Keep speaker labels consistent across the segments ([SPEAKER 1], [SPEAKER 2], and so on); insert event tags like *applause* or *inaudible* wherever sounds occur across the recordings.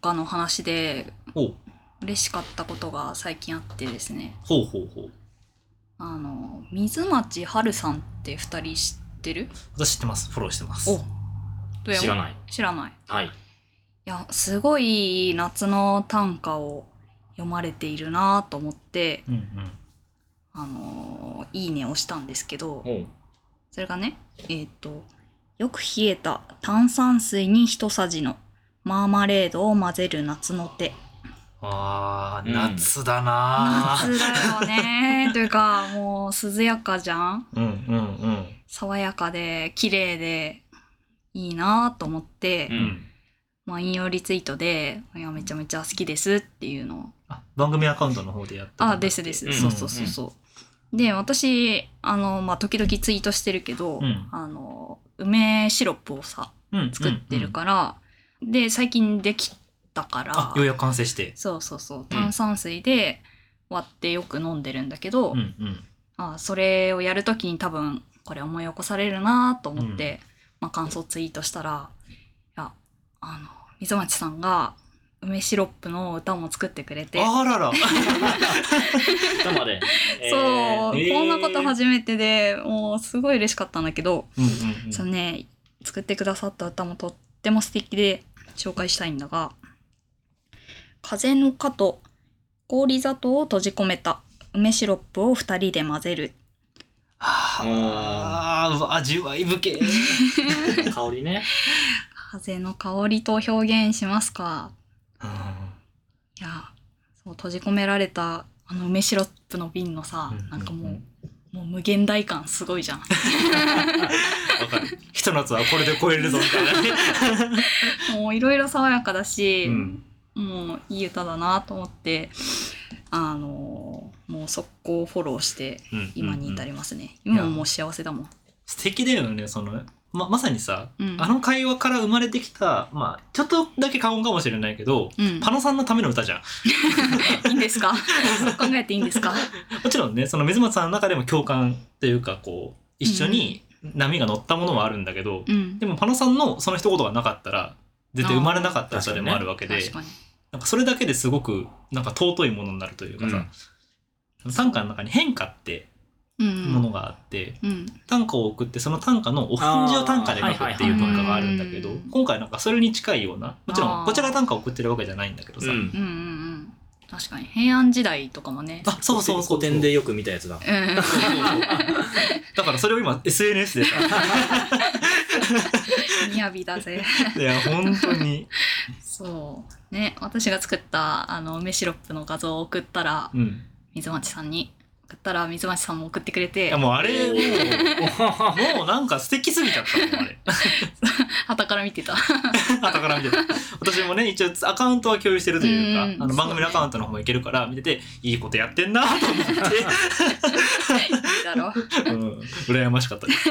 [SPEAKER 1] かの話で
[SPEAKER 2] ほう
[SPEAKER 1] 嬉しかったことが最近あってですね
[SPEAKER 2] ほうほうほう
[SPEAKER 1] あの水町春さんって2人知ってる
[SPEAKER 2] 私知ってますフォローしてます
[SPEAKER 1] どうや
[SPEAKER 3] 知らない。
[SPEAKER 1] 知らない
[SPEAKER 3] はい。
[SPEAKER 1] いやすごい夏の短歌を読まれているなと思って
[SPEAKER 2] うんうん
[SPEAKER 1] あのいいねをしたんですけど
[SPEAKER 3] おう
[SPEAKER 1] それがねえっ、とよく冷えた炭酸水に一さじのマーマレードを混ぜる夏の手
[SPEAKER 2] あー
[SPEAKER 3] うん
[SPEAKER 2] 夏だなー
[SPEAKER 1] 夏だよ
[SPEAKER 2] *laughs*
[SPEAKER 1] ねというかもう涼やかじゃん
[SPEAKER 2] うんうんうん
[SPEAKER 1] 爽やかで綺麗でいいなと思って、
[SPEAKER 3] うん
[SPEAKER 1] まあ引用リツイートで「いやめちゃめちゃ好きです」っていうのを
[SPEAKER 2] あ番組アカウントの方でやってるんだ
[SPEAKER 1] あですです、
[SPEAKER 3] うん
[SPEAKER 1] そうそうそうそう、で私あのまあ時々ツイートしてるけど、
[SPEAKER 2] うん
[SPEAKER 1] あの梅シロップをさ作ってるから、で最近できたから
[SPEAKER 2] らあようやく完成して
[SPEAKER 1] そうそうそう炭酸水で割ってよく飲んでるんだけど、
[SPEAKER 2] うんうん
[SPEAKER 1] あそれをやるときに多分これ思い起こされるなと思って、まあ、感想ツイートしたらいやあの水町さんが梅シロップの歌も作ってくれて
[SPEAKER 2] あらら
[SPEAKER 3] 生で。
[SPEAKER 1] そう、
[SPEAKER 3] えー
[SPEAKER 1] こんなこと初めてでもうすごい嬉しかったんだけど、
[SPEAKER 2] うんうんう
[SPEAKER 1] *laughs*
[SPEAKER 2] ん
[SPEAKER 1] そのね作ってくださった歌もとっても素敵で紹介したいんだが「風の蚊と氷砂糖を閉じ込めた梅シロップを2人で混ぜる」
[SPEAKER 2] あーうわ味わい深い
[SPEAKER 3] 香りね。
[SPEAKER 1] 風の香りと表現しますかいやそう閉じ込められたあの梅シロップの瓶のさ、
[SPEAKER 2] うんうんうん
[SPEAKER 1] なんかもうもう無限大感すごいじゃん *laughs*
[SPEAKER 2] わかるひと夏はこれで超えるぞみたいなね
[SPEAKER 1] *laughs* もういろいろ爽やかだし、
[SPEAKER 2] うん
[SPEAKER 1] もういい歌だなと思ってあのーもう速攻フォローして
[SPEAKER 2] うんうんうん
[SPEAKER 1] 今に至りますね、
[SPEAKER 2] ん
[SPEAKER 1] 今ももう幸せだもん
[SPEAKER 2] 素敵だよねそのままさにさ、
[SPEAKER 1] うん
[SPEAKER 2] あの会話から生まれてきたまあちょっとだけ過言かもしれないけど、
[SPEAKER 1] うん
[SPEAKER 2] パノさんのための歌じゃん
[SPEAKER 1] いいんですか *laughs* そう考えていいんですか
[SPEAKER 2] もちろんねその水松さんの中でも共感というかこう一緒に波が乗ったものはあるんだけど、
[SPEAKER 1] うん
[SPEAKER 2] でもパノさんのその一言がなかったら絶対生まれなかった歌でもあるわけで、
[SPEAKER 1] 確かに
[SPEAKER 2] なんかそれだけですごくなんか尊いものになるというかさ、短歌の中に変化って
[SPEAKER 1] う
[SPEAKER 2] もの
[SPEAKER 1] ん
[SPEAKER 2] があって、
[SPEAKER 1] うん
[SPEAKER 2] 短歌を送ってその短歌のお返事を短歌で書くっていう文化があるんだけど、
[SPEAKER 1] あーはいはいはいうん
[SPEAKER 2] 今回なんかそれに近いようなもちろ
[SPEAKER 1] あ
[SPEAKER 2] ん
[SPEAKER 1] ー
[SPEAKER 2] こちらが短歌を送ってるわけじゃないんだけど
[SPEAKER 3] う
[SPEAKER 2] さ、
[SPEAKER 3] ん。
[SPEAKER 1] うんうんうん確かに平安時代とかもね
[SPEAKER 2] あそうそうそう
[SPEAKER 3] 古典でよく見たやつだ。
[SPEAKER 1] うん
[SPEAKER 2] *laughs* だからそれを今 SNS でさ
[SPEAKER 1] 雅だぜ
[SPEAKER 2] いや本当に、
[SPEAKER 1] そうね私が作ったあの梅シロップの画像を送ったら
[SPEAKER 2] うん、
[SPEAKER 1] 水町さんに送ったら水町さんも送ってくれ
[SPEAKER 2] い
[SPEAKER 1] て
[SPEAKER 2] やもうあれもうもうなんか素敵すぎちゃったもんあれ *laughs*
[SPEAKER 1] 旗から見てた
[SPEAKER 2] 後から見てた私もね一応アカウントは共有してるというか、
[SPEAKER 1] うん
[SPEAKER 2] あの番組の
[SPEAKER 1] そうね
[SPEAKER 2] アカウントの方もいけるから見てていいことやってんなと思
[SPEAKER 1] いいだろう
[SPEAKER 2] って、うん、羨ましかったです、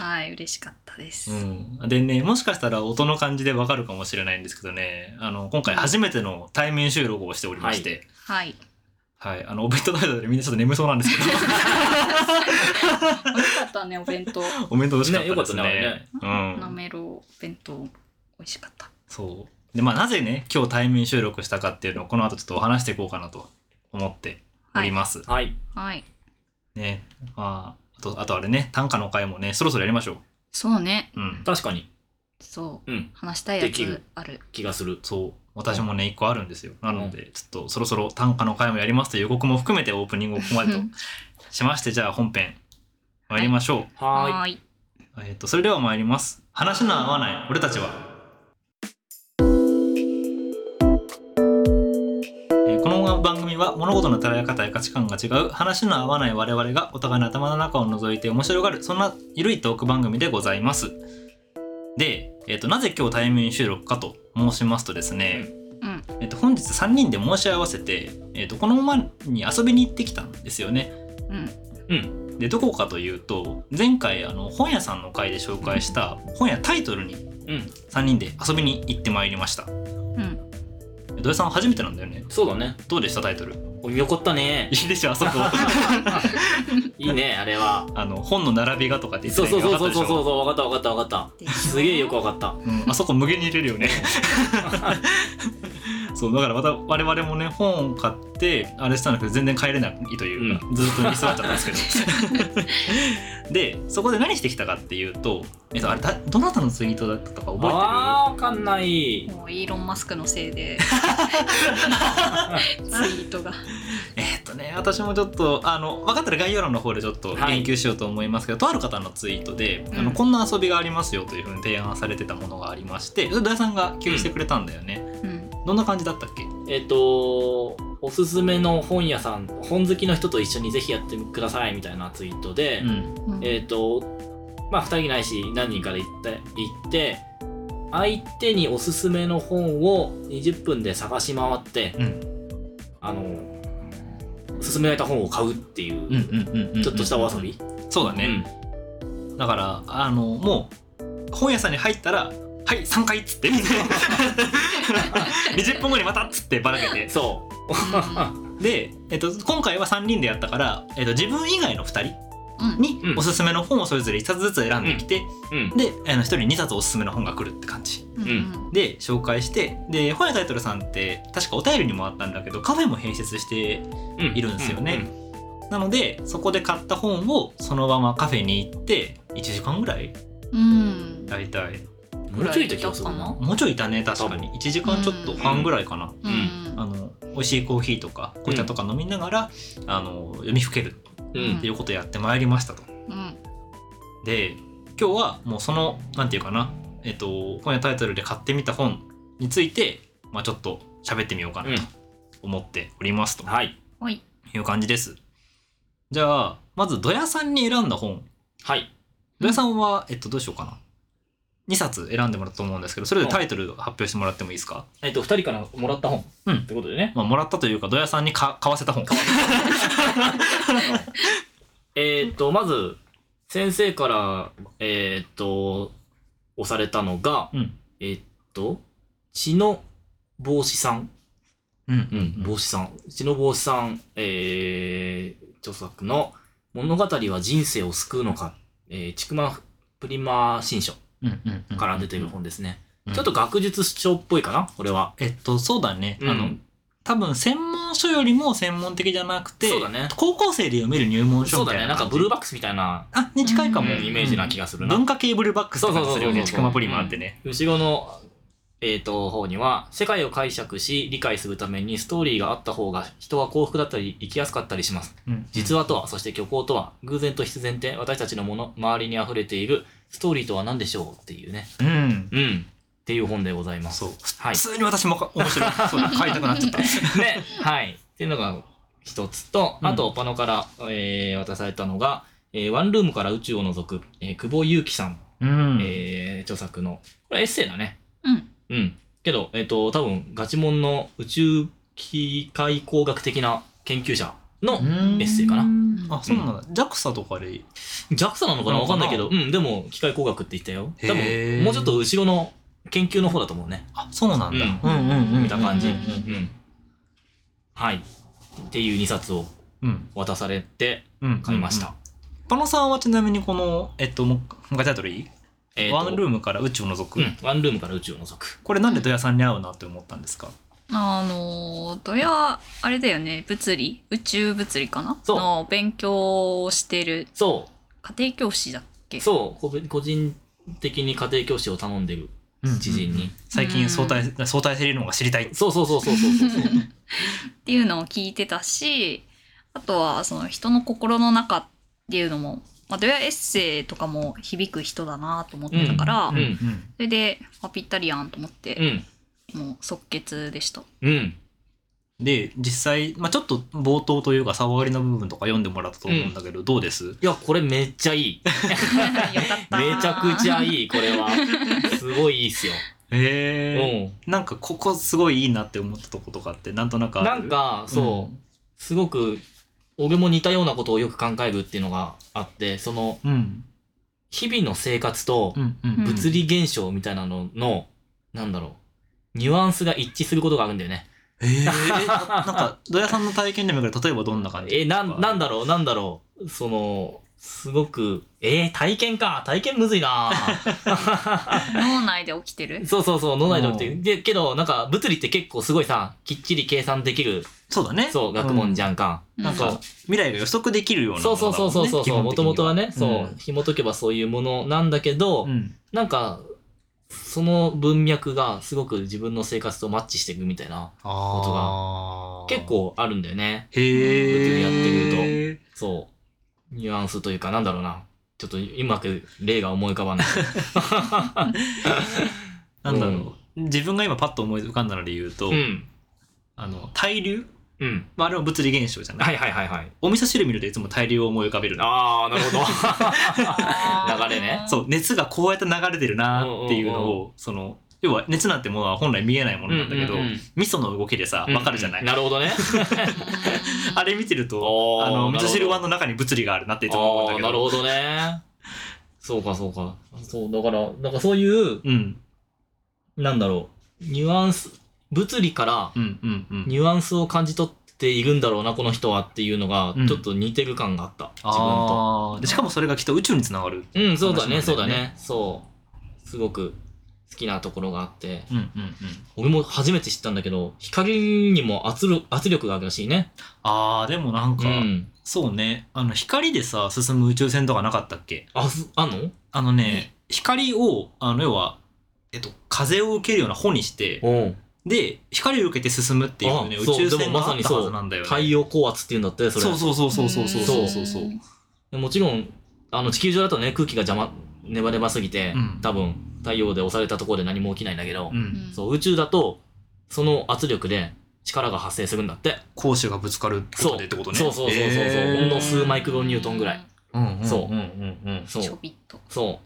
[SPEAKER 1] はい嬉しかったです、
[SPEAKER 2] うん、でねもしかしたら音の感じでわかるかもしれないんですけどねあの今回初めての対面収録をしておりまして、
[SPEAKER 1] はい
[SPEAKER 2] はいあのお弁当食べたのでみんなちょっと眠そうなんですけど
[SPEAKER 1] 美味しかったねお弁当
[SPEAKER 2] *laughs* お弁当美味しかったですね
[SPEAKER 3] ねよ
[SPEAKER 2] う
[SPEAKER 3] か
[SPEAKER 1] ナ
[SPEAKER 2] ん、
[SPEAKER 1] メロ弁当美味しかった
[SPEAKER 2] そうでまあなぜね今日対面収録したかっていうのをこの後ちょっとお話していこうかなと思っております、
[SPEAKER 3] はい。
[SPEAKER 1] はい
[SPEAKER 2] ねまあ、あとあとあれね短歌の会もねそろそろやりましょ
[SPEAKER 1] そうね
[SPEAKER 2] ううん
[SPEAKER 3] 確かに
[SPEAKER 1] そう
[SPEAKER 3] うん
[SPEAKER 1] 話したいや
[SPEAKER 3] できる
[SPEAKER 1] つある
[SPEAKER 3] 気がする。
[SPEAKER 2] そう私もね一個あるんですよなのでちょっとそろそろ短歌の会もやりますという予告も含めてオープニングをここまでとしましてじゃあ本編参りましょ、
[SPEAKER 1] は
[SPEAKER 3] は
[SPEAKER 1] ーいう
[SPEAKER 2] えっとそれでは参ります話の合わない俺たちはえーこの番組は物事の捉え方や価値観が違う話の合わない我々がお互いの頭の中を覗いて面白がるそんなゆるいトーク番組でございますで、えっとなぜ今日対面収録かと申しますとですね、
[SPEAKER 1] うん
[SPEAKER 2] えっと本日3人で申し合わせて、えっとこのままに遊びに行ってきたんですよね
[SPEAKER 1] うん
[SPEAKER 3] い。うん。
[SPEAKER 2] でどこかというと前回あの本屋さんの回で紹介した本屋タイトルに
[SPEAKER 3] うん。
[SPEAKER 2] 3人で遊びに行ってまいりました
[SPEAKER 1] うん
[SPEAKER 2] 土井さん初めてなんだよね
[SPEAKER 3] そうだね。
[SPEAKER 2] どうでしたタイトル
[SPEAKER 3] お見怒ったね
[SPEAKER 2] いいでしょあ
[SPEAKER 3] *laughs*
[SPEAKER 2] そこ
[SPEAKER 3] いいねあれは
[SPEAKER 2] あの本の並びがとかって言って
[SPEAKER 3] そう
[SPEAKER 2] た
[SPEAKER 3] そ
[SPEAKER 2] ら
[SPEAKER 3] うそうそう
[SPEAKER 2] 分かった
[SPEAKER 3] そう
[SPEAKER 2] でしょ
[SPEAKER 3] そう分かった分かった分かったすげえよく分かった
[SPEAKER 2] うん、あそこ無限に入れるよね
[SPEAKER 3] *laughs*
[SPEAKER 2] そうだからまた我々もね本を買ってあれしたんだけど全然帰れないというか、ずっと居座っちゃったんですけ
[SPEAKER 3] *laughs*
[SPEAKER 2] どでそこで何してきたかっていうと、えっと、あれだどなたのツイートだったか覚え
[SPEAKER 3] あー分かんない
[SPEAKER 1] もうイーロン・マスクのせいでツイートが
[SPEAKER 2] てるえっとね私もちょっとあの分かったら概要欄の方でちょっと
[SPEAKER 3] はい
[SPEAKER 2] 言及しようと思いますけど、とある方のツイートで、あ
[SPEAKER 1] う
[SPEAKER 2] の
[SPEAKER 1] ん
[SPEAKER 2] こんな遊びがありますよというふうに提案されてたものがありましてそれ土井さんが共有してくれたんだよね、
[SPEAKER 1] うん
[SPEAKER 2] どんな感じだったっけ
[SPEAKER 3] えっとおすすめの本屋さん本好きの人と一緒にぜひやってくださいみたいなツイートで、
[SPEAKER 2] ん
[SPEAKER 1] うん
[SPEAKER 3] えっとまあ2人ないし何人かで行って行って相手におすすめの本を20分で探し回って
[SPEAKER 2] うん
[SPEAKER 3] あの勧められた本を買うっていう、
[SPEAKER 2] うんうんうんうんうん
[SPEAKER 3] ちょっとしたお遊び、
[SPEAKER 2] そうだね、だからあのもう本屋さんに入ったら「はい3回」っつって *laughs* 20分後にまたっつってばらけ
[SPEAKER 3] う
[SPEAKER 2] て
[SPEAKER 3] んそう
[SPEAKER 2] で、えっと、今回は3人でやったから、えっと、自分以外の2人
[SPEAKER 1] うん
[SPEAKER 2] に
[SPEAKER 3] うん
[SPEAKER 2] おすすめの本をそれぞれ1冊ずつ選んできて、
[SPEAKER 3] うん
[SPEAKER 2] であの1人2冊おすすめの本が来るって感じ
[SPEAKER 1] うんうん
[SPEAKER 2] で紹介してで本屋タイトルさんって確かお便りにもあったんだけどカフェも併設して
[SPEAKER 3] う
[SPEAKER 2] いるんですよね
[SPEAKER 3] うん
[SPEAKER 2] なのでそこで買った本をそのままカフェに行って1時間ぐらい
[SPEAKER 1] うん
[SPEAKER 2] 大体
[SPEAKER 3] うんもうちょいいた気がする
[SPEAKER 1] ぐらいいた
[SPEAKER 3] な
[SPEAKER 2] もうちょいいたね確かに1時間ちょっと半ぐらいかな、
[SPEAKER 1] うん
[SPEAKER 2] あの美味しいコーヒーとか紅茶とか飲みながら、あの読みふける
[SPEAKER 3] う
[SPEAKER 2] っ
[SPEAKER 3] ん
[SPEAKER 2] ていうことをやってまいりましたと。
[SPEAKER 1] うん
[SPEAKER 2] で今日はもうそのなんていうかな、えっと今夜タイトルで買ってみた本について、まあ、ちょっと喋ってみようかなと思っておりますと
[SPEAKER 3] はい
[SPEAKER 1] はい
[SPEAKER 2] いう感じです。じゃあまず土屋さんに選んだ本
[SPEAKER 3] はい
[SPEAKER 2] 土屋さんは、えっと、どうしようかな2冊選んでもらったと思うんですけどそれでタイトル発表してもらってもいいですか、
[SPEAKER 3] えっと2人からもらった本、
[SPEAKER 2] うん
[SPEAKER 3] ってことでね
[SPEAKER 2] まあ、もらったというか土屋さんにか買わせた本。
[SPEAKER 3] えーっと、まず、先生から、えーっと、押されたのが、
[SPEAKER 2] うん
[SPEAKER 3] えーっと、血の帽子さん、
[SPEAKER 2] うんう
[SPEAKER 3] 帽子さん、血の帽子さん、えー著作の物語は人生を救うのか、えー、チクマプリマ新書
[SPEAKER 2] うんうんうん
[SPEAKER 3] から出ている本ですね。
[SPEAKER 2] うん
[SPEAKER 3] ちょっと学術書っぽいかな、これは。
[SPEAKER 2] えっとそうだね、あの
[SPEAKER 3] うん
[SPEAKER 2] 多分専門書よりも専門的じゃなくて
[SPEAKER 3] そうだね
[SPEAKER 2] 高校生で読める入門書
[SPEAKER 3] そう
[SPEAKER 2] み
[SPEAKER 3] だ
[SPEAKER 2] たいな
[SPEAKER 3] ね、なんかブルーバックスみたいな、
[SPEAKER 2] あに近いか
[SPEAKER 3] うん
[SPEAKER 2] も、
[SPEAKER 3] イメージな気がするな。
[SPEAKER 2] 文化系ブルーバックスとかするよね
[SPEAKER 3] そうそうそうそう
[SPEAKER 2] ちくまプリマあってね
[SPEAKER 3] 後ろの、えー、と方には世界を解釈し理解するためにストーリーがあった方が人は幸福だったり生きやすかったりします実話とはそして虚構とは偶然と必然って私たちのもの周りに溢れているストーリーとは何でしょうっていうね
[SPEAKER 2] うん、うん
[SPEAKER 3] うんっていう本でございます
[SPEAKER 2] そう
[SPEAKER 3] はい
[SPEAKER 2] 普通に私もか面
[SPEAKER 3] *laughs*
[SPEAKER 2] 白いそうだ買いたくなっちゃった
[SPEAKER 3] ねはいっていうのが一つと
[SPEAKER 2] うん
[SPEAKER 3] あとパノから、えー渡されたのが、えーワンルームから宇宙を除く、えー久保祐樹さん、
[SPEAKER 2] うん、
[SPEAKER 3] えー著作のこれエッセイだね
[SPEAKER 1] うん
[SPEAKER 3] うん。けど、えっ、と、多分、ガチモンの宇宙機械工学的な研究者の
[SPEAKER 2] うん
[SPEAKER 3] エッセイかな。
[SPEAKER 2] あそうなんだ JAXA とかで
[SPEAKER 3] JAXA なのかな
[SPEAKER 2] なの
[SPEAKER 3] わ
[SPEAKER 2] か
[SPEAKER 3] か
[SPEAKER 2] なん
[SPEAKER 3] ないけど、うん、でも、機械工学って言ったよ。多
[SPEAKER 2] へ
[SPEAKER 3] 分
[SPEAKER 2] ー、
[SPEAKER 3] もうちょっと後ろの研究の方だと思うね。
[SPEAKER 2] あそうなんだ、
[SPEAKER 3] うん
[SPEAKER 2] うんうんうん
[SPEAKER 3] 見た感じ。
[SPEAKER 2] う
[SPEAKER 3] うんん。はい。っていう2冊を
[SPEAKER 2] うん
[SPEAKER 3] 渡されて
[SPEAKER 2] うんうん
[SPEAKER 3] 買いました。
[SPEAKER 2] パノさんはちなみにこのえっともうガチャトリ
[SPEAKER 3] え
[SPEAKER 2] ーワンル
[SPEAKER 3] ー
[SPEAKER 2] ームから宇宙を除く、
[SPEAKER 3] ムうん、ワンルームから宇宙を除く。
[SPEAKER 2] これなんで土屋さんに合うなって思ったんですか
[SPEAKER 1] あのどやあれだよね物理宇宙物理かな
[SPEAKER 3] そう
[SPEAKER 1] の勉強をしてる
[SPEAKER 3] そ
[SPEAKER 1] 家庭教師だっけ
[SPEAKER 3] う、そう、個個人的に家庭教師を頼んでる知人に。
[SPEAKER 2] 最近相対相対性理論が知りたいって
[SPEAKER 3] そうそうそうそうそ
[SPEAKER 2] *laughs*
[SPEAKER 3] うそう。
[SPEAKER 1] っていうのを聞いてたしあとはその人の心の中っていうのも、まあ、どやエッセイとかも響く人だなと思ってたから、
[SPEAKER 3] う
[SPEAKER 2] うんん
[SPEAKER 1] それで、あ、ぴったりやんと思っ
[SPEAKER 3] う
[SPEAKER 1] て、
[SPEAKER 3] ん。
[SPEAKER 1] もう即決でした。
[SPEAKER 3] うん。
[SPEAKER 2] で実際、まあ、ちょっと冒頭というか触りの部分とか読んでもらったと思うんだけど、どうです
[SPEAKER 3] いや、これめっちゃい *laughs* い。
[SPEAKER 1] よかった。
[SPEAKER 3] めちゃくちゃ
[SPEAKER 1] い。
[SPEAKER 3] いい、これは。 *laughs* すごいいいっすよ。う
[SPEAKER 2] へえ、
[SPEAKER 3] ん。
[SPEAKER 2] なんかここすごいいいなって思ったとことかってなんとなくある
[SPEAKER 3] なんか、そう、すごく、俺も似たようなことをよく考えるっていうのがあって、その、
[SPEAKER 2] うん
[SPEAKER 3] 日々の生活と
[SPEAKER 2] うんうん
[SPEAKER 3] 物理現象みたいなのの、なんだろう、ニュアンスが一致することがあるんだよね。
[SPEAKER 2] ええ *laughs* なんか土屋さんの体験でもいいから例えばどんな感じ
[SPEAKER 3] え、なん、なんだろう、なんだろう。その、すごく、えー、体験か。体験むずい *laughs* な
[SPEAKER 1] 脳内で起きてる
[SPEAKER 3] そうそうそう、脳内で起きて
[SPEAKER 2] う
[SPEAKER 3] る。で、けど、なんか、物理って結構すごいさ、きっちり計算できる、
[SPEAKER 2] そうだね
[SPEAKER 3] そう、学問じゃんか。
[SPEAKER 1] うん
[SPEAKER 2] なん
[SPEAKER 3] うん
[SPEAKER 2] か未来が予測できるような
[SPEAKER 3] そうそうそうそうそうそう、もともとはね、そう、
[SPEAKER 2] う
[SPEAKER 3] 紐解けばそういうものなんだけど、
[SPEAKER 2] ん、うん
[SPEAKER 3] なんか、その文脈がすごく自分の生活とマッチしていくみたいな、と
[SPEAKER 2] あー
[SPEAKER 3] 結構あるんだよね。
[SPEAKER 2] へえ
[SPEAKER 3] 物理やって
[SPEAKER 2] ると
[SPEAKER 3] そう。ニュアンスというか、なんだろうな。ちょっと、うまく例が思い浮かばない。
[SPEAKER 2] なんだろう、自分が今パッと思い浮かんだので言うと、
[SPEAKER 3] うん。
[SPEAKER 2] あの対流、
[SPEAKER 3] うん。
[SPEAKER 2] まあ、あれは物理現象じゃない、
[SPEAKER 3] はいはいはいはい。
[SPEAKER 2] お味噌汁見るといつも対流を思い浮かべるな
[SPEAKER 3] ああ、なるほど。
[SPEAKER 1] 流
[SPEAKER 3] 流れね
[SPEAKER 2] そう熱がこうやって流れてるなっていうの
[SPEAKER 3] うん
[SPEAKER 2] をその要は熱なんてものは本来見えないものなんだけど、
[SPEAKER 3] うんうん *laughs* うん
[SPEAKER 2] 味噌の動きでさわかるじゃない、
[SPEAKER 3] なるほどね。
[SPEAKER 2] あれ見てる
[SPEAKER 3] お
[SPEAKER 2] と
[SPEAKER 3] ー
[SPEAKER 2] あの
[SPEAKER 3] なる
[SPEAKER 2] 味
[SPEAKER 3] ほど
[SPEAKER 2] 噌汁碗の中に物理があるなっていつも思うん
[SPEAKER 3] あ
[SPEAKER 2] だ
[SPEAKER 3] あ、
[SPEAKER 2] け
[SPEAKER 3] な
[SPEAKER 2] ど
[SPEAKER 3] るほどね。そうかそうか。そう、だから、なんかそういう、
[SPEAKER 2] うん
[SPEAKER 3] なんだろう、ニュアンス、物理から
[SPEAKER 2] うんうんうん
[SPEAKER 3] ニュアンスを感じ取っているんだろうな、この人はっていうのが
[SPEAKER 2] うん、
[SPEAKER 3] ちょっと似てる感があった。自分と。
[SPEAKER 2] あーでしかもそれがきっと宇宙につながる
[SPEAKER 3] うん、そうだね、
[SPEAKER 2] 話な
[SPEAKER 3] そ
[SPEAKER 2] ん
[SPEAKER 3] う
[SPEAKER 2] だよ
[SPEAKER 3] だ
[SPEAKER 2] ね
[SPEAKER 3] ね。そう。すごく好きなところがあって。
[SPEAKER 2] うんうんうん
[SPEAKER 3] 俺も初めて知ったんだけど、光にも圧力圧力があるらしいね。
[SPEAKER 2] あーでもなん
[SPEAKER 3] う
[SPEAKER 2] か、
[SPEAKER 3] ん。
[SPEAKER 2] そうねあの光でさ進む宇宙船とかなかったっけ
[SPEAKER 3] あ、すあんの
[SPEAKER 2] あのね光をあの要はえっと風を受けるような帆にして
[SPEAKER 3] おう
[SPEAKER 2] で光を受けて進むっていうね
[SPEAKER 3] あ
[SPEAKER 2] 宇
[SPEAKER 3] そう
[SPEAKER 2] 宙
[SPEAKER 3] で
[SPEAKER 2] 船が
[SPEAKER 3] もま
[SPEAKER 2] あ
[SPEAKER 3] さ
[SPEAKER 2] っ
[SPEAKER 3] に
[SPEAKER 2] た
[SPEAKER 3] そう
[SPEAKER 2] はずなんだよね
[SPEAKER 3] 太陽光圧っていうんだって、それ。
[SPEAKER 2] そうそうそうそうそうそうそうそうそう
[SPEAKER 3] もちろん、あの地球上だとね、空気が邪魔、ネバネバすぎて、
[SPEAKER 2] うん
[SPEAKER 3] 多分太陽で押されたところで何も起きないんだけど、
[SPEAKER 2] うん
[SPEAKER 3] そう、宇宙だと、その圧力で力が発生するんだって。
[SPEAKER 2] 光子がぶつかることでってことね
[SPEAKER 3] そうそうそうそうそう
[SPEAKER 2] へー
[SPEAKER 3] ほんの数マイクロニュートンぐらい
[SPEAKER 2] うんうんうん
[SPEAKER 3] そう
[SPEAKER 2] うんうん
[SPEAKER 3] そう。
[SPEAKER 1] ちょびっと
[SPEAKER 3] そ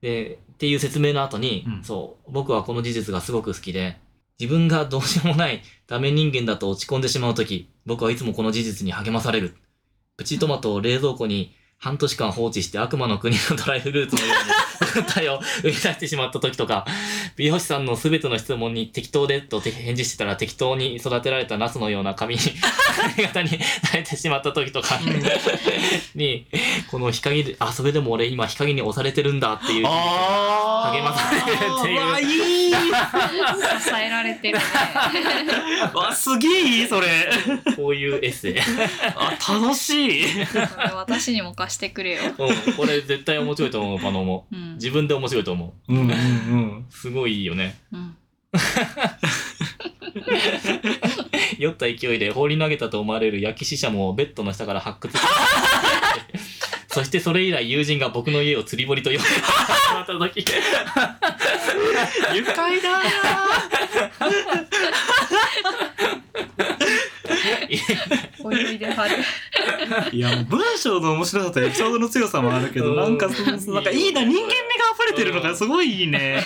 [SPEAKER 3] う。で、っていう説明の後に、
[SPEAKER 2] うん
[SPEAKER 3] そう、僕はこの事実がすごく好きで、自分がどうしようもないダメ人間だと落ち込んでしまうとき、僕はいつもこの事実に励まされる。プチトマトを冷蔵庫に半年間放置して悪魔の国のドライフルーツのように軍隊を生み出してしまったときとか、美容師さんのすべての質問に適当でと返事してたら適当に育てられたナスのような髪に *laughs* 髪型に慣れてしまったときとかに、この日陰で、あ、それでも俺今日陰に押されてるんだっていう。
[SPEAKER 2] あー
[SPEAKER 3] 励まされるっていう
[SPEAKER 2] わあ
[SPEAKER 3] *laughs*
[SPEAKER 2] いい
[SPEAKER 1] 支えられてるね
[SPEAKER 2] わすげえいいそれ
[SPEAKER 3] こういうエッセイ。
[SPEAKER 2] あ楽しい
[SPEAKER 1] それ私にも貸してくれ
[SPEAKER 2] *laughs*
[SPEAKER 1] よ、
[SPEAKER 3] うん、これ絶対面白いと思う、パノも。
[SPEAKER 1] うん
[SPEAKER 3] 自分で面白いと思
[SPEAKER 2] うんうんうん
[SPEAKER 3] う。すごいいいよね。
[SPEAKER 1] うん、
[SPEAKER 3] 酔った勢いで放り投げたと思われる焼き死者もベッドの下から発掘 *laughs* そしてそれ以来友人が僕の家を釣り堀と呼んでしまった時
[SPEAKER 2] 愉快だ
[SPEAKER 1] おいで
[SPEAKER 2] *laughs*
[SPEAKER 1] はる
[SPEAKER 2] いやもう文章の面白さとエピソードの強さもあるけど
[SPEAKER 3] うん
[SPEAKER 2] なんかそのなんかいいな人間味が溢れてるのがすごいいいね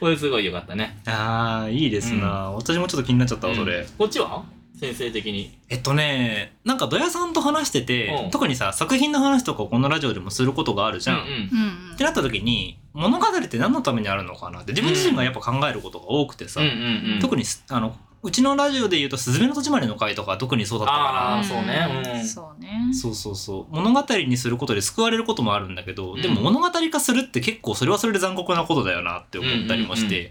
[SPEAKER 3] これすごい良かったね。
[SPEAKER 2] *laughs* あーいいですな、私もちょっと気になっちゃったわそれ、
[SPEAKER 3] うんこっちは先生的に。
[SPEAKER 2] えっとねなんか土屋さんと話してて、
[SPEAKER 3] うん
[SPEAKER 2] 特にさ作品の話とかをこのラジオでもすることがあるじゃん、
[SPEAKER 3] う
[SPEAKER 2] っ
[SPEAKER 3] ん
[SPEAKER 1] うんうん
[SPEAKER 2] てなった時に物語って何のためにあるのかなって自分自身がやっぱ考えることが多くてさ、
[SPEAKER 3] うんうんうん。
[SPEAKER 2] 特にすあのうちのラジオで言うと「すずめの戸締まり」の回とか特にそうだったか
[SPEAKER 3] あーそうねうん
[SPEAKER 1] そうね
[SPEAKER 2] らそうそうそう物語にすることで救われることもあるんだけど、
[SPEAKER 3] うん
[SPEAKER 2] でも物語化するって結構それはそれで残酷なことだよなって思ったりもして、
[SPEAKER 3] うんうん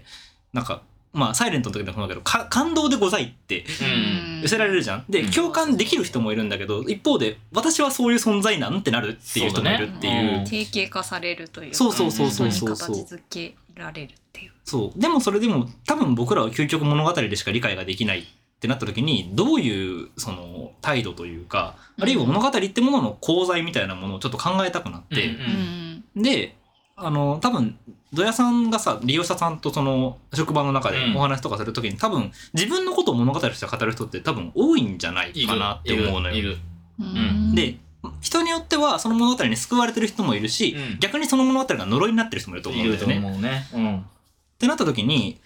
[SPEAKER 2] なんかまあ「サイレントの時でもそうだけどか感動でございって
[SPEAKER 3] うん
[SPEAKER 2] 寄せられるじゃん。で
[SPEAKER 3] うん
[SPEAKER 2] 共感できる人もいるんだけど一方で私はそういう存在なんってなるっていう人もいるっていう
[SPEAKER 3] そうだね
[SPEAKER 1] 定型化されるというか
[SPEAKER 2] そうそうそうそう
[SPEAKER 1] そ
[SPEAKER 2] そうう
[SPEAKER 1] に
[SPEAKER 2] そう
[SPEAKER 1] 形づけられるっていう
[SPEAKER 2] そうでもそれでも多分僕らは究極物語でしか理解ができないってなった時にどういうその態度というかあるいは物語ってものの功罪みたいなものをちょっと考えたくなって、
[SPEAKER 3] うん
[SPEAKER 1] うん
[SPEAKER 2] であの多分土屋さんがさ利用者さんとその職場の中で
[SPEAKER 3] うん
[SPEAKER 2] お話とかする時に、多分自分のことを物語として語る人って多分多いんじゃない
[SPEAKER 3] いる
[SPEAKER 2] かなって思うのよ。
[SPEAKER 3] いる。
[SPEAKER 1] うん
[SPEAKER 3] ん
[SPEAKER 2] で人によってはその物語に救われてる人もいるし、
[SPEAKER 3] うん
[SPEAKER 2] 逆にその物語が呪いになってる人もいると思
[SPEAKER 3] い
[SPEAKER 2] うん
[SPEAKER 3] る
[SPEAKER 2] だ
[SPEAKER 3] と
[SPEAKER 2] よね。
[SPEAKER 3] 思うね。うん。
[SPEAKER 2] ってなった時に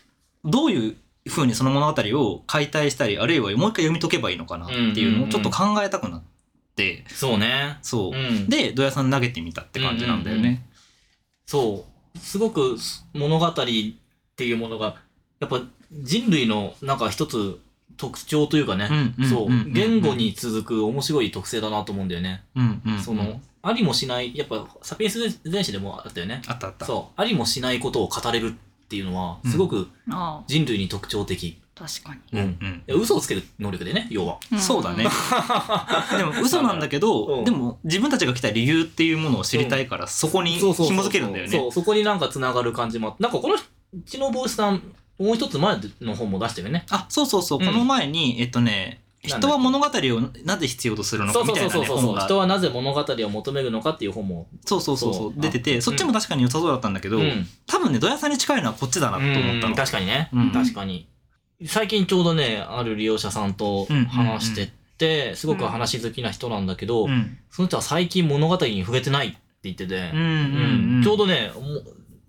[SPEAKER 2] どういうふうにその物語を解体したりあるいはもう一回読み解けばいいのかなっていうのをちょっと考えたくなって、
[SPEAKER 3] そうね。
[SPEAKER 2] そう、
[SPEAKER 3] うん
[SPEAKER 2] で土屋さん投げてみたって感じなんだよね。
[SPEAKER 3] そう。すごくす物語っていうものがやっぱ人類のなんか一つ特徴というかね、
[SPEAKER 2] うんうん
[SPEAKER 3] そ
[SPEAKER 2] うんう
[SPEAKER 3] う、
[SPEAKER 2] ん
[SPEAKER 3] 言語に続く面白い特性だなと思うんだよね。
[SPEAKER 2] うんうんうん
[SPEAKER 3] その、ありもしない、やっぱサピエンス全史でもあったよね。
[SPEAKER 2] あったあった
[SPEAKER 3] そう、ありもしないことを語れるっていうのは、
[SPEAKER 2] うん
[SPEAKER 3] すごく
[SPEAKER 1] あ
[SPEAKER 3] 人類に特徴的。
[SPEAKER 1] あ確かに、
[SPEAKER 2] うんうん
[SPEAKER 3] いや嘘をつける能力でね、要は。
[SPEAKER 1] ん
[SPEAKER 2] そうだねでも嘘なんだけど、
[SPEAKER 3] うん
[SPEAKER 2] でも自分たちが来た理由っていうものを知りたいから、そ *laughs* こに紐づけるんだよ
[SPEAKER 3] そ
[SPEAKER 2] ね
[SPEAKER 3] う、そこになんか繋がる感じもあってなんかこの、うちの帽子さん、もう一つ前の本も出してるよね。
[SPEAKER 2] あそうそうそう、
[SPEAKER 3] うん
[SPEAKER 2] この前にえっとね
[SPEAKER 3] なんだ
[SPEAKER 2] 人は物語をなぜ必要とするのか
[SPEAKER 3] そう
[SPEAKER 2] み
[SPEAKER 3] そう
[SPEAKER 2] たいうな
[SPEAKER 3] そ
[SPEAKER 2] ね
[SPEAKER 3] そう
[SPEAKER 2] 本
[SPEAKER 3] そう。
[SPEAKER 2] が
[SPEAKER 3] 人はなぜ物語を求めるのかっていう本も。
[SPEAKER 2] そうそうそうそう
[SPEAKER 3] そう
[SPEAKER 2] 出ててそっちも確かに良さそうだったんだけど、
[SPEAKER 3] うん
[SPEAKER 2] 多分ね土屋さんに近いのはこっちだなと思った
[SPEAKER 3] うん
[SPEAKER 2] の
[SPEAKER 3] 確かにね、
[SPEAKER 2] うん
[SPEAKER 3] 確かに最近ちょうどねある利用者さんと
[SPEAKER 2] うん
[SPEAKER 3] 話してって、すごく話好きな人なんだけど、
[SPEAKER 2] うん
[SPEAKER 3] その人は最近物語に触れてないって言ってて
[SPEAKER 2] う、ん
[SPEAKER 3] う
[SPEAKER 2] うんうん
[SPEAKER 3] ちょうどねも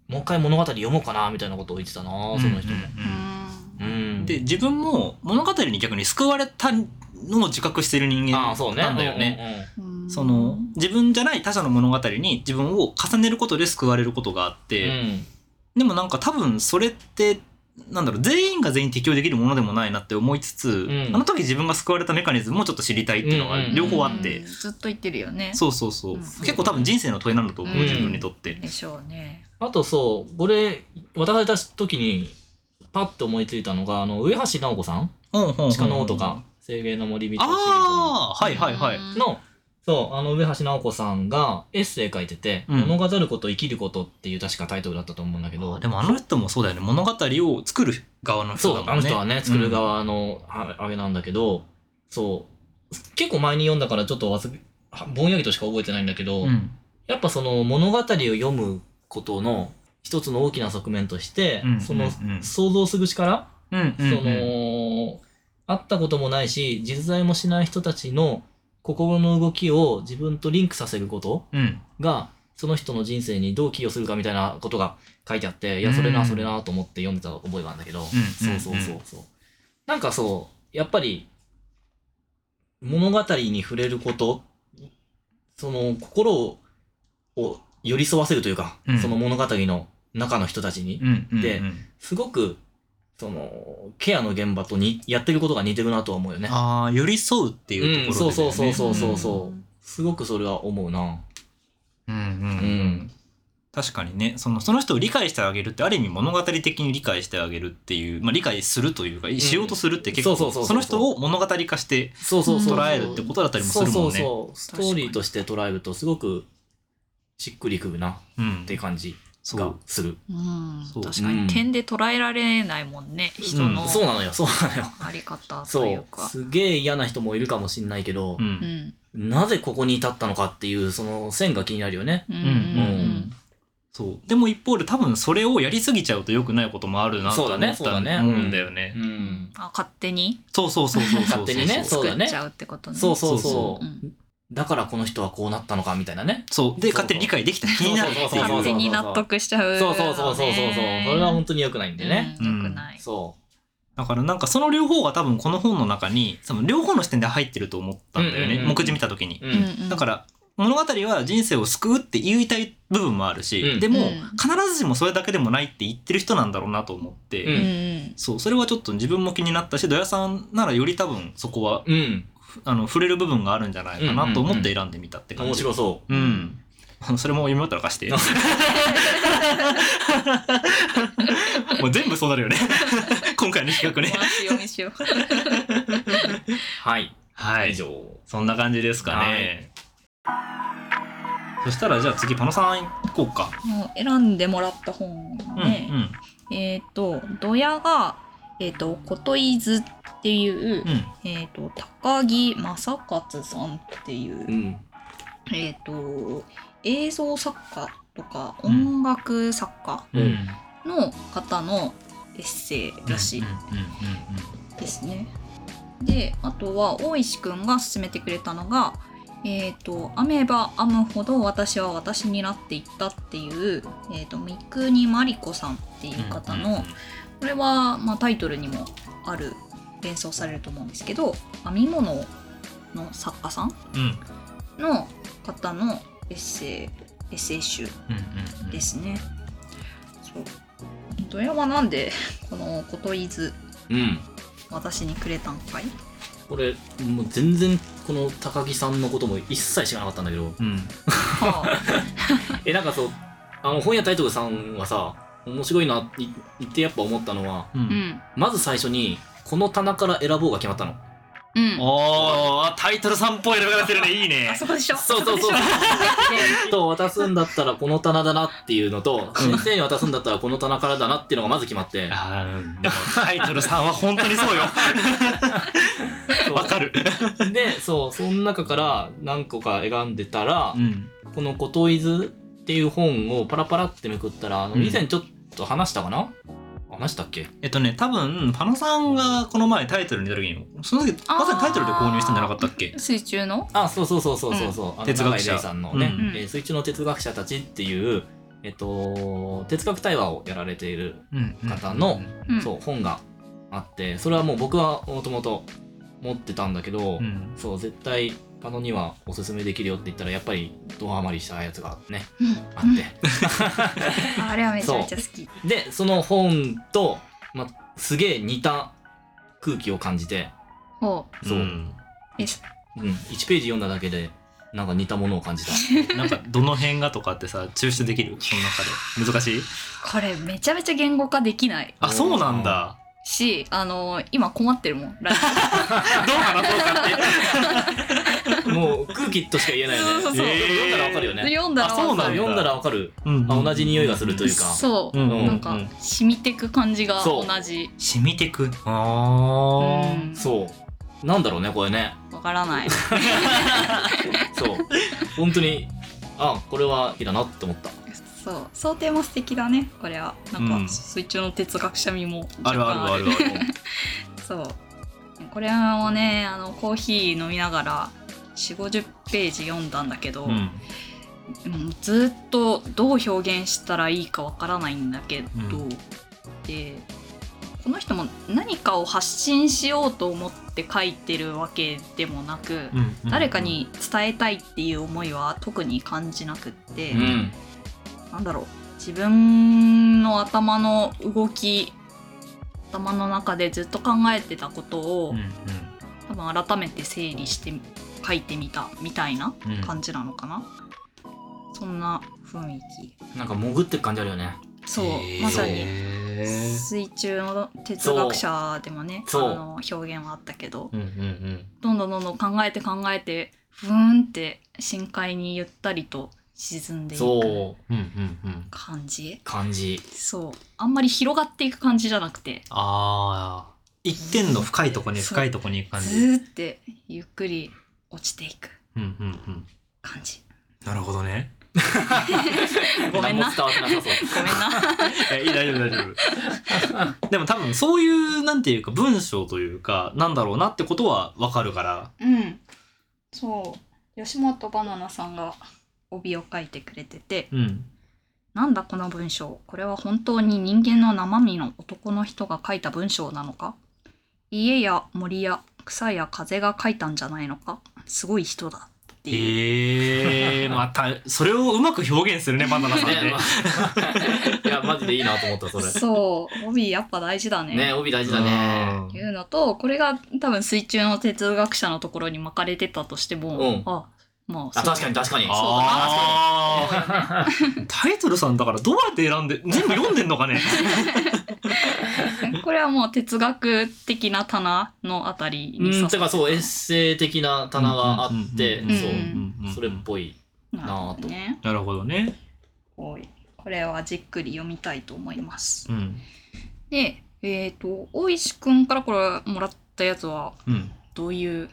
[SPEAKER 3] もう一回物語読もうかなみたいなことを言ってたなその人も、
[SPEAKER 2] う
[SPEAKER 1] う
[SPEAKER 2] んうんうん
[SPEAKER 1] ん
[SPEAKER 3] うん
[SPEAKER 2] で自分も物語に逆に救われたのを自覚してる人
[SPEAKER 3] あ
[SPEAKER 2] 間
[SPEAKER 3] あそうね
[SPEAKER 2] なんだよね。
[SPEAKER 1] うん
[SPEAKER 2] その自分じゃない他者の物語に自分を重ねることで救われることがあっ
[SPEAKER 3] う
[SPEAKER 2] て、
[SPEAKER 3] んうんうん
[SPEAKER 2] でもなんか多分それってなんだろう全員が全員適用できるものでもないなって思いつつ、
[SPEAKER 3] ん
[SPEAKER 2] あの時自分が救われたメカニズムをちょっと知りたいっていうのが両方あって、
[SPEAKER 1] うんずっと言ってるよね
[SPEAKER 2] そうそうそう、
[SPEAKER 1] うん
[SPEAKER 2] 結構多分人生の問いなんだと思う、
[SPEAKER 1] うん
[SPEAKER 2] 自分にとって
[SPEAKER 1] で。しょうね
[SPEAKER 3] あとそうこれ渡された時にパッと思いついたのがあの上橋直子さん
[SPEAKER 2] うんうんうん
[SPEAKER 3] 「地下の王」とか「清芸の森人」シリーズの
[SPEAKER 2] ああはいはいはい。
[SPEAKER 1] うん
[SPEAKER 3] の、そう、あの、上橋直子さんがエッセイ書いてて、
[SPEAKER 2] うん
[SPEAKER 3] 物語ること、生きることっていう確かタイトルだったと思うんだけど
[SPEAKER 2] で、もあの人もそうだよね物語を作る側の人
[SPEAKER 3] そ
[SPEAKER 2] だ
[SPEAKER 3] う、
[SPEAKER 2] も
[SPEAKER 3] あ
[SPEAKER 2] んね。
[SPEAKER 3] の人はね、作る側の、ああれなんだけど、そう、結構前に読んだからちょっとわずぼんやりとしか覚えてないんだけど、
[SPEAKER 2] うん。うん
[SPEAKER 3] やっぱその物語を読むことの一つの大きな側面として、
[SPEAKER 2] うん
[SPEAKER 3] その、
[SPEAKER 2] うんうん
[SPEAKER 3] 想像する力、
[SPEAKER 2] うんうん
[SPEAKER 3] その、会ったこともないし、実在もしない人たちの心の動きを自分とリンクさせること
[SPEAKER 2] うん
[SPEAKER 3] が、その人の人生にどう寄与するかみたいなことが書いてあって、いや、それ
[SPEAKER 2] う
[SPEAKER 3] な、
[SPEAKER 2] ん
[SPEAKER 3] それなと思って読んでた覚えがあるんだけど、
[SPEAKER 2] う
[SPEAKER 3] そ
[SPEAKER 2] ん
[SPEAKER 3] うそうそうそう。なんかそう、やっぱり、物語に触れること、その心をを寄り添わせるというか、
[SPEAKER 2] うん
[SPEAKER 3] その物語の中の人たちに、
[SPEAKER 2] うんうん
[SPEAKER 3] で
[SPEAKER 2] うん
[SPEAKER 3] すごく、その、ケアの現場とにやってることが似てるなとは思うよね。
[SPEAKER 2] ああ寄り添うっていうところ
[SPEAKER 3] うんそうそうそうそう
[SPEAKER 2] う。
[SPEAKER 3] そすごくそれは思うな。
[SPEAKER 2] うんうんう
[SPEAKER 3] うんん。
[SPEAKER 2] 確かにねそのその人を理解してあげるってある意味物語的に理解してあげるっていう、まあ、理解するというかしようとするって結構
[SPEAKER 3] そうそうそうそう
[SPEAKER 2] その人を物語化して
[SPEAKER 3] そうそうそう。
[SPEAKER 2] 捉えるってことだったりもするもんね。
[SPEAKER 3] そうそうそう。ストーリーとして捉えるとすごくしっくりくるなっ
[SPEAKER 2] うん
[SPEAKER 3] て感じ
[SPEAKER 2] そ
[SPEAKER 3] が
[SPEAKER 2] う
[SPEAKER 3] する。
[SPEAKER 1] うん
[SPEAKER 2] そう
[SPEAKER 1] 確か
[SPEAKER 3] うん
[SPEAKER 1] に点で捉えられないもんね人の
[SPEAKER 3] そうなのよ、そうなのよ。
[SPEAKER 1] あり方と
[SPEAKER 3] *laughs* そ
[SPEAKER 1] いう
[SPEAKER 3] う。
[SPEAKER 1] か
[SPEAKER 3] すげえ嫌な人もいるかもしんないけど
[SPEAKER 2] う、
[SPEAKER 1] うんん
[SPEAKER 3] なぜここに至ったのかっていう、その線が気になるよね。
[SPEAKER 1] うん
[SPEAKER 2] う
[SPEAKER 1] うん
[SPEAKER 2] うん
[SPEAKER 1] ん
[SPEAKER 2] そうでも一方で多分それをやりすぎちゃうと良くないこともあるなと
[SPEAKER 3] そう
[SPEAKER 2] 思
[SPEAKER 3] だ
[SPEAKER 2] った
[SPEAKER 3] ねそうだね
[SPEAKER 2] 思うんだよね
[SPEAKER 3] う。ん。
[SPEAKER 1] あ勝手に
[SPEAKER 2] そうそうそうそうそう
[SPEAKER 3] *laughs* 勝手にねそう
[SPEAKER 1] 作
[SPEAKER 3] だね
[SPEAKER 1] っちゃうってことね
[SPEAKER 3] そうそうそ
[SPEAKER 1] うん
[SPEAKER 3] う。だからこの人はこうなったのかみたいなね。
[SPEAKER 2] そうで勝手に理解できた気になるっていう
[SPEAKER 3] そうそうそうそう
[SPEAKER 1] 勝手に納得しちゃう
[SPEAKER 3] そうそうそうそうそうそう。それは本当に良くないんでね。
[SPEAKER 1] うんよくない
[SPEAKER 3] そう。
[SPEAKER 2] だからなんかその両方が多分この本の中に多分両方の視点で入ってると思ったんだよ
[SPEAKER 3] うんうん
[SPEAKER 2] ね
[SPEAKER 3] うん
[SPEAKER 2] 目次見た時に。
[SPEAKER 3] うん
[SPEAKER 1] うん
[SPEAKER 2] だから物語は人生を救うって言いたい部分もあるし、
[SPEAKER 3] うん
[SPEAKER 2] でも、
[SPEAKER 1] うん
[SPEAKER 2] 必ずしもそれだけでもないって言ってる人なんだろうなと思って、
[SPEAKER 3] う
[SPEAKER 1] うんんうん
[SPEAKER 2] そうそれはちょっと自分も気になったし土屋さんならより多分そこ
[SPEAKER 3] *laughs*
[SPEAKER 2] は
[SPEAKER 3] うん。
[SPEAKER 2] あの触れる部分があるんじゃないかなと思って選んでみたって感
[SPEAKER 3] 面
[SPEAKER 2] じ。
[SPEAKER 3] 白そ
[SPEAKER 2] うん *laughs* あのそれも読み終わったら貸して。もう全部そうなるよね。 *laughs* 今回の企画ね。
[SPEAKER 1] 回し読みしよう
[SPEAKER 3] う。はい。
[SPEAKER 2] はい
[SPEAKER 3] 以。上。
[SPEAKER 2] そんな感じですかね。そしたらじゃあ次パノさん行こうか。
[SPEAKER 1] もう選んでもらった本
[SPEAKER 2] うん
[SPEAKER 1] ね、えっ、とドヤが、えっとこといずっていう、
[SPEAKER 2] うんうん。
[SPEAKER 1] えっ、と高木正勝さんっていう、
[SPEAKER 3] うん。
[SPEAKER 1] えっ、と映像作家とか
[SPEAKER 2] うん
[SPEAKER 1] 音楽作家
[SPEAKER 2] うん
[SPEAKER 1] の方のエッセイらしいですね。であとは大石くんが勧めてくれたのが「えー、と編めば編むほど私は私になっていった」っていう、えー、と三國真理子さんっていう方の、これは、まあ、タイトルにもある連想されると思うんですけど編み物の作家さん
[SPEAKER 2] うんうん
[SPEAKER 1] の方のエッセイエッセイ集
[SPEAKER 2] うんうん
[SPEAKER 1] ですね。そうどやはなんで *laughs* このこといず
[SPEAKER 3] うん。
[SPEAKER 1] 私にくれたんかい
[SPEAKER 3] これ、もう全然、この高木さんのことも一切知らなかったんだけど、
[SPEAKER 2] うん
[SPEAKER 1] は
[SPEAKER 3] え、なんかそう、あの、本屋タイトルさんはさ、面白いなって言ってやっぱ思ったのは、
[SPEAKER 1] あう
[SPEAKER 2] う
[SPEAKER 1] んん
[SPEAKER 3] まず最初に、この棚から選ぼうが決まったの。
[SPEAKER 1] うん
[SPEAKER 2] おータイトルさんっぽい選び方してるねいいね
[SPEAKER 1] あそこでしょ
[SPEAKER 3] そうそうそう。
[SPEAKER 1] あこでしょ
[SPEAKER 3] と渡すんだったらこの棚だなっていうのと、先生に渡すんだったらこの棚からだなっていうのがまず決まって。
[SPEAKER 2] あーでもタイトルさんは本当にそうよわかる
[SPEAKER 3] で、そう、その中から何個か選んでたら
[SPEAKER 2] う、ん
[SPEAKER 3] この「こといず」っていう本をパラパラってめくったら、あの
[SPEAKER 2] うん
[SPEAKER 3] 以前ちょっと話したかな話したっけ
[SPEAKER 2] えっとね多分パノさんがこの前タイトルに出た時にその時
[SPEAKER 1] あー
[SPEAKER 2] まさにタイトルで購入したんじゃなかったっけ
[SPEAKER 1] 水中の
[SPEAKER 3] あそうそうそうそうそうそう、あの
[SPEAKER 2] 哲学者
[SPEAKER 3] 永井玲さんのね、
[SPEAKER 2] うん
[SPEAKER 1] うん
[SPEAKER 3] えー水中の哲学者たち」っていう、えっと、哲学対話をやられている、方の
[SPEAKER 1] うん
[SPEAKER 3] そう本があってそれはもう僕はもともと持ってたんだけど、
[SPEAKER 2] うんうん
[SPEAKER 3] そう絶対パノにはおすすめできるよって言ったらやっぱりドハマりしたやつがね
[SPEAKER 1] うん
[SPEAKER 3] あって、
[SPEAKER 1] あれはめちゃめちゃ好き
[SPEAKER 3] でその本と、ま、すげえ似た空気を感じて、
[SPEAKER 1] ほう
[SPEAKER 2] そ
[SPEAKER 3] そううん
[SPEAKER 1] えし
[SPEAKER 3] うん、1ページ読んだだけでなんか似たものを感じた
[SPEAKER 2] *laughs* なんかどの辺がとかってさ抽出できるその中で難しい
[SPEAKER 1] これめちゃめちゃ言語化できない
[SPEAKER 2] あそうなんだ
[SPEAKER 1] しあの今困ってるもんラジ
[SPEAKER 2] *laughs* どう話そうかって
[SPEAKER 3] もう空気としか言えないよね
[SPEAKER 1] そうそうそう
[SPEAKER 3] でも読んだらわかるよ
[SPEAKER 1] オ
[SPEAKER 3] ね、
[SPEAKER 1] 読んだら
[SPEAKER 2] あそうなん
[SPEAKER 1] わ
[SPEAKER 2] だ
[SPEAKER 1] かる
[SPEAKER 3] 読んだらわかる
[SPEAKER 2] うん
[SPEAKER 3] あ同じ匂いがするというか
[SPEAKER 1] そう
[SPEAKER 2] うん
[SPEAKER 3] うん
[SPEAKER 1] なんか染みてく感じが同
[SPEAKER 3] そう
[SPEAKER 1] じ
[SPEAKER 2] 染みてくあー
[SPEAKER 1] うん
[SPEAKER 3] そうなんだろうねこれね
[SPEAKER 1] わからない *laughs*
[SPEAKER 3] そう本当にあこれは火だなって思った
[SPEAKER 1] そう想定も素敵だねこれはな
[SPEAKER 2] うんん
[SPEAKER 1] か水中の哲学者味も
[SPEAKER 2] あるあるあるある
[SPEAKER 1] そうこれをねあのコーヒー飲みながら4 5 0ページ読んだんだけど、
[SPEAKER 2] うん
[SPEAKER 1] もうずっとどう表現したらいいかわからないんだけど、
[SPEAKER 2] うん
[SPEAKER 1] でこの人も何かを発信しようと思って書いてるわけでもなく、
[SPEAKER 2] うんうん
[SPEAKER 1] 誰かに伝えたいっていう思いは特に感じなくって、
[SPEAKER 3] うん
[SPEAKER 1] なんだろう自分の頭の動き頭の中でずっと考えてたことを、
[SPEAKER 2] うんうん
[SPEAKER 1] 多分改めて整理して書いてみたみたいな
[SPEAKER 2] うん
[SPEAKER 1] 感じなのかな、そんな雰囲気
[SPEAKER 3] なんか潜ってく感じあるよね
[SPEAKER 1] そう、
[SPEAKER 2] へー
[SPEAKER 1] まさに
[SPEAKER 2] へー
[SPEAKER 1] 水中の哲学者でもねあ
[SPEAKER 3] そう
[SPEAKER 1] の表現はあったけど
[SPEAKER 2] うんうんうん
[SPEAKER 1] どんどんどんどん考えて考えてふーんって深海にゆったりと沈んでいく
[SPEAKER 3] そう
[SPEAKER 2] うんうんうん
[SPEAKER 1] 感じ
[SPEAKER 3] 感じ
[SPEAKER 1] そうあんまり広がっていく感じじゃなくて
[SPEAKER 2] ああ一点の深いとこに
[SPEAKER 1] そう
[SPEAKER 2] 深いとこに行く感
[SPEAKER 1] ず
[SPEAKER 2] じ
[SPEAKER 1] ーってゆっくり落ちていく
[SPEAKER 2] うんうんうん
[SPEAKER 1] 感じ
[SPEAKER 2] なるほどね
[SPEAKER 1] ごめんな
[SPEAKER 3] 何も伝わってなさそう
[SPEAKER 1] ごめん
[SPEAKER 2] *laughs*
[SPEAKER 1] な
[SPEAKER 2] えいい大丈夫大丈夫でも多分そういうなんていうか文章というかなんだろうなってことはわかるから
[SPEAKER 1] うんそう吉本ばななさんが帯を書いてくれてて
[SPEAKER 2] うん
[SPEAKER 1] なんだこの文章これは本当に人間の生身の男の人が書いた文章なのか家や森や草や風が書いたんじゃないのかすごい人だっていう、
[SPEAKER 2] えー、またそれをうまく表現するねバナ
[SPEAKER 1] *laughs*
[SPEAKER 2] ナ
[SPEAKER 3] *laughs*
[SPEAKER 2] さん
[SPEAKER 3] ね
[SPEAKER 2] ね
[SPEAKER 3] まあいやマジでいいなと思ったそれ
[SPEAKER 1] そう帯やっぱ大事だね
[SPEAKER 3] ね帯大事だね
[SPEAKER 1] いうのとこれが多分水中の哲学者のところに巻かれてたとしても、
[SPEAKER 3] うん
[SPEAKER 1] あまあ
[SPEAKER 3] あ確かに確かに
[SPEAKER 1] あ
[SPEAKER 2] あ
[SPEAKER 1] そうだな
[SPEAKER 2] ータイトルさんだからどうやって選んで全部読んでんのかね
[SPEAKER 1] *laughs* これはもう哲学的な棚のあたり
[SPEAKER 3] う
[SPEAKER 1] に
[SPEAKER 3] ん
[SPEAKER 1] 刺
[SPEAKER 3] だからそうエッセイ的な棚があって
[SPEAKER 2] う
[SPEAKER 3] そ
[SPEAKER 2] ん
[SPEAKER 1] うん
[SPEAKER 2] うん
[SPEAKER 3] うそれっぽい
[SPEAKER 1] なるほどね。
[SPEAKER 2] なるほどね
[SPEAKER 1] はいこれはじっくり読みたいと思います
[SPEAKER 2] う。ん
[SPEAKER 1] で、えっ、と、大石くんからこれもらったやつは、
[SPEAKER 2] うん
[SPEAKER 1] どういう、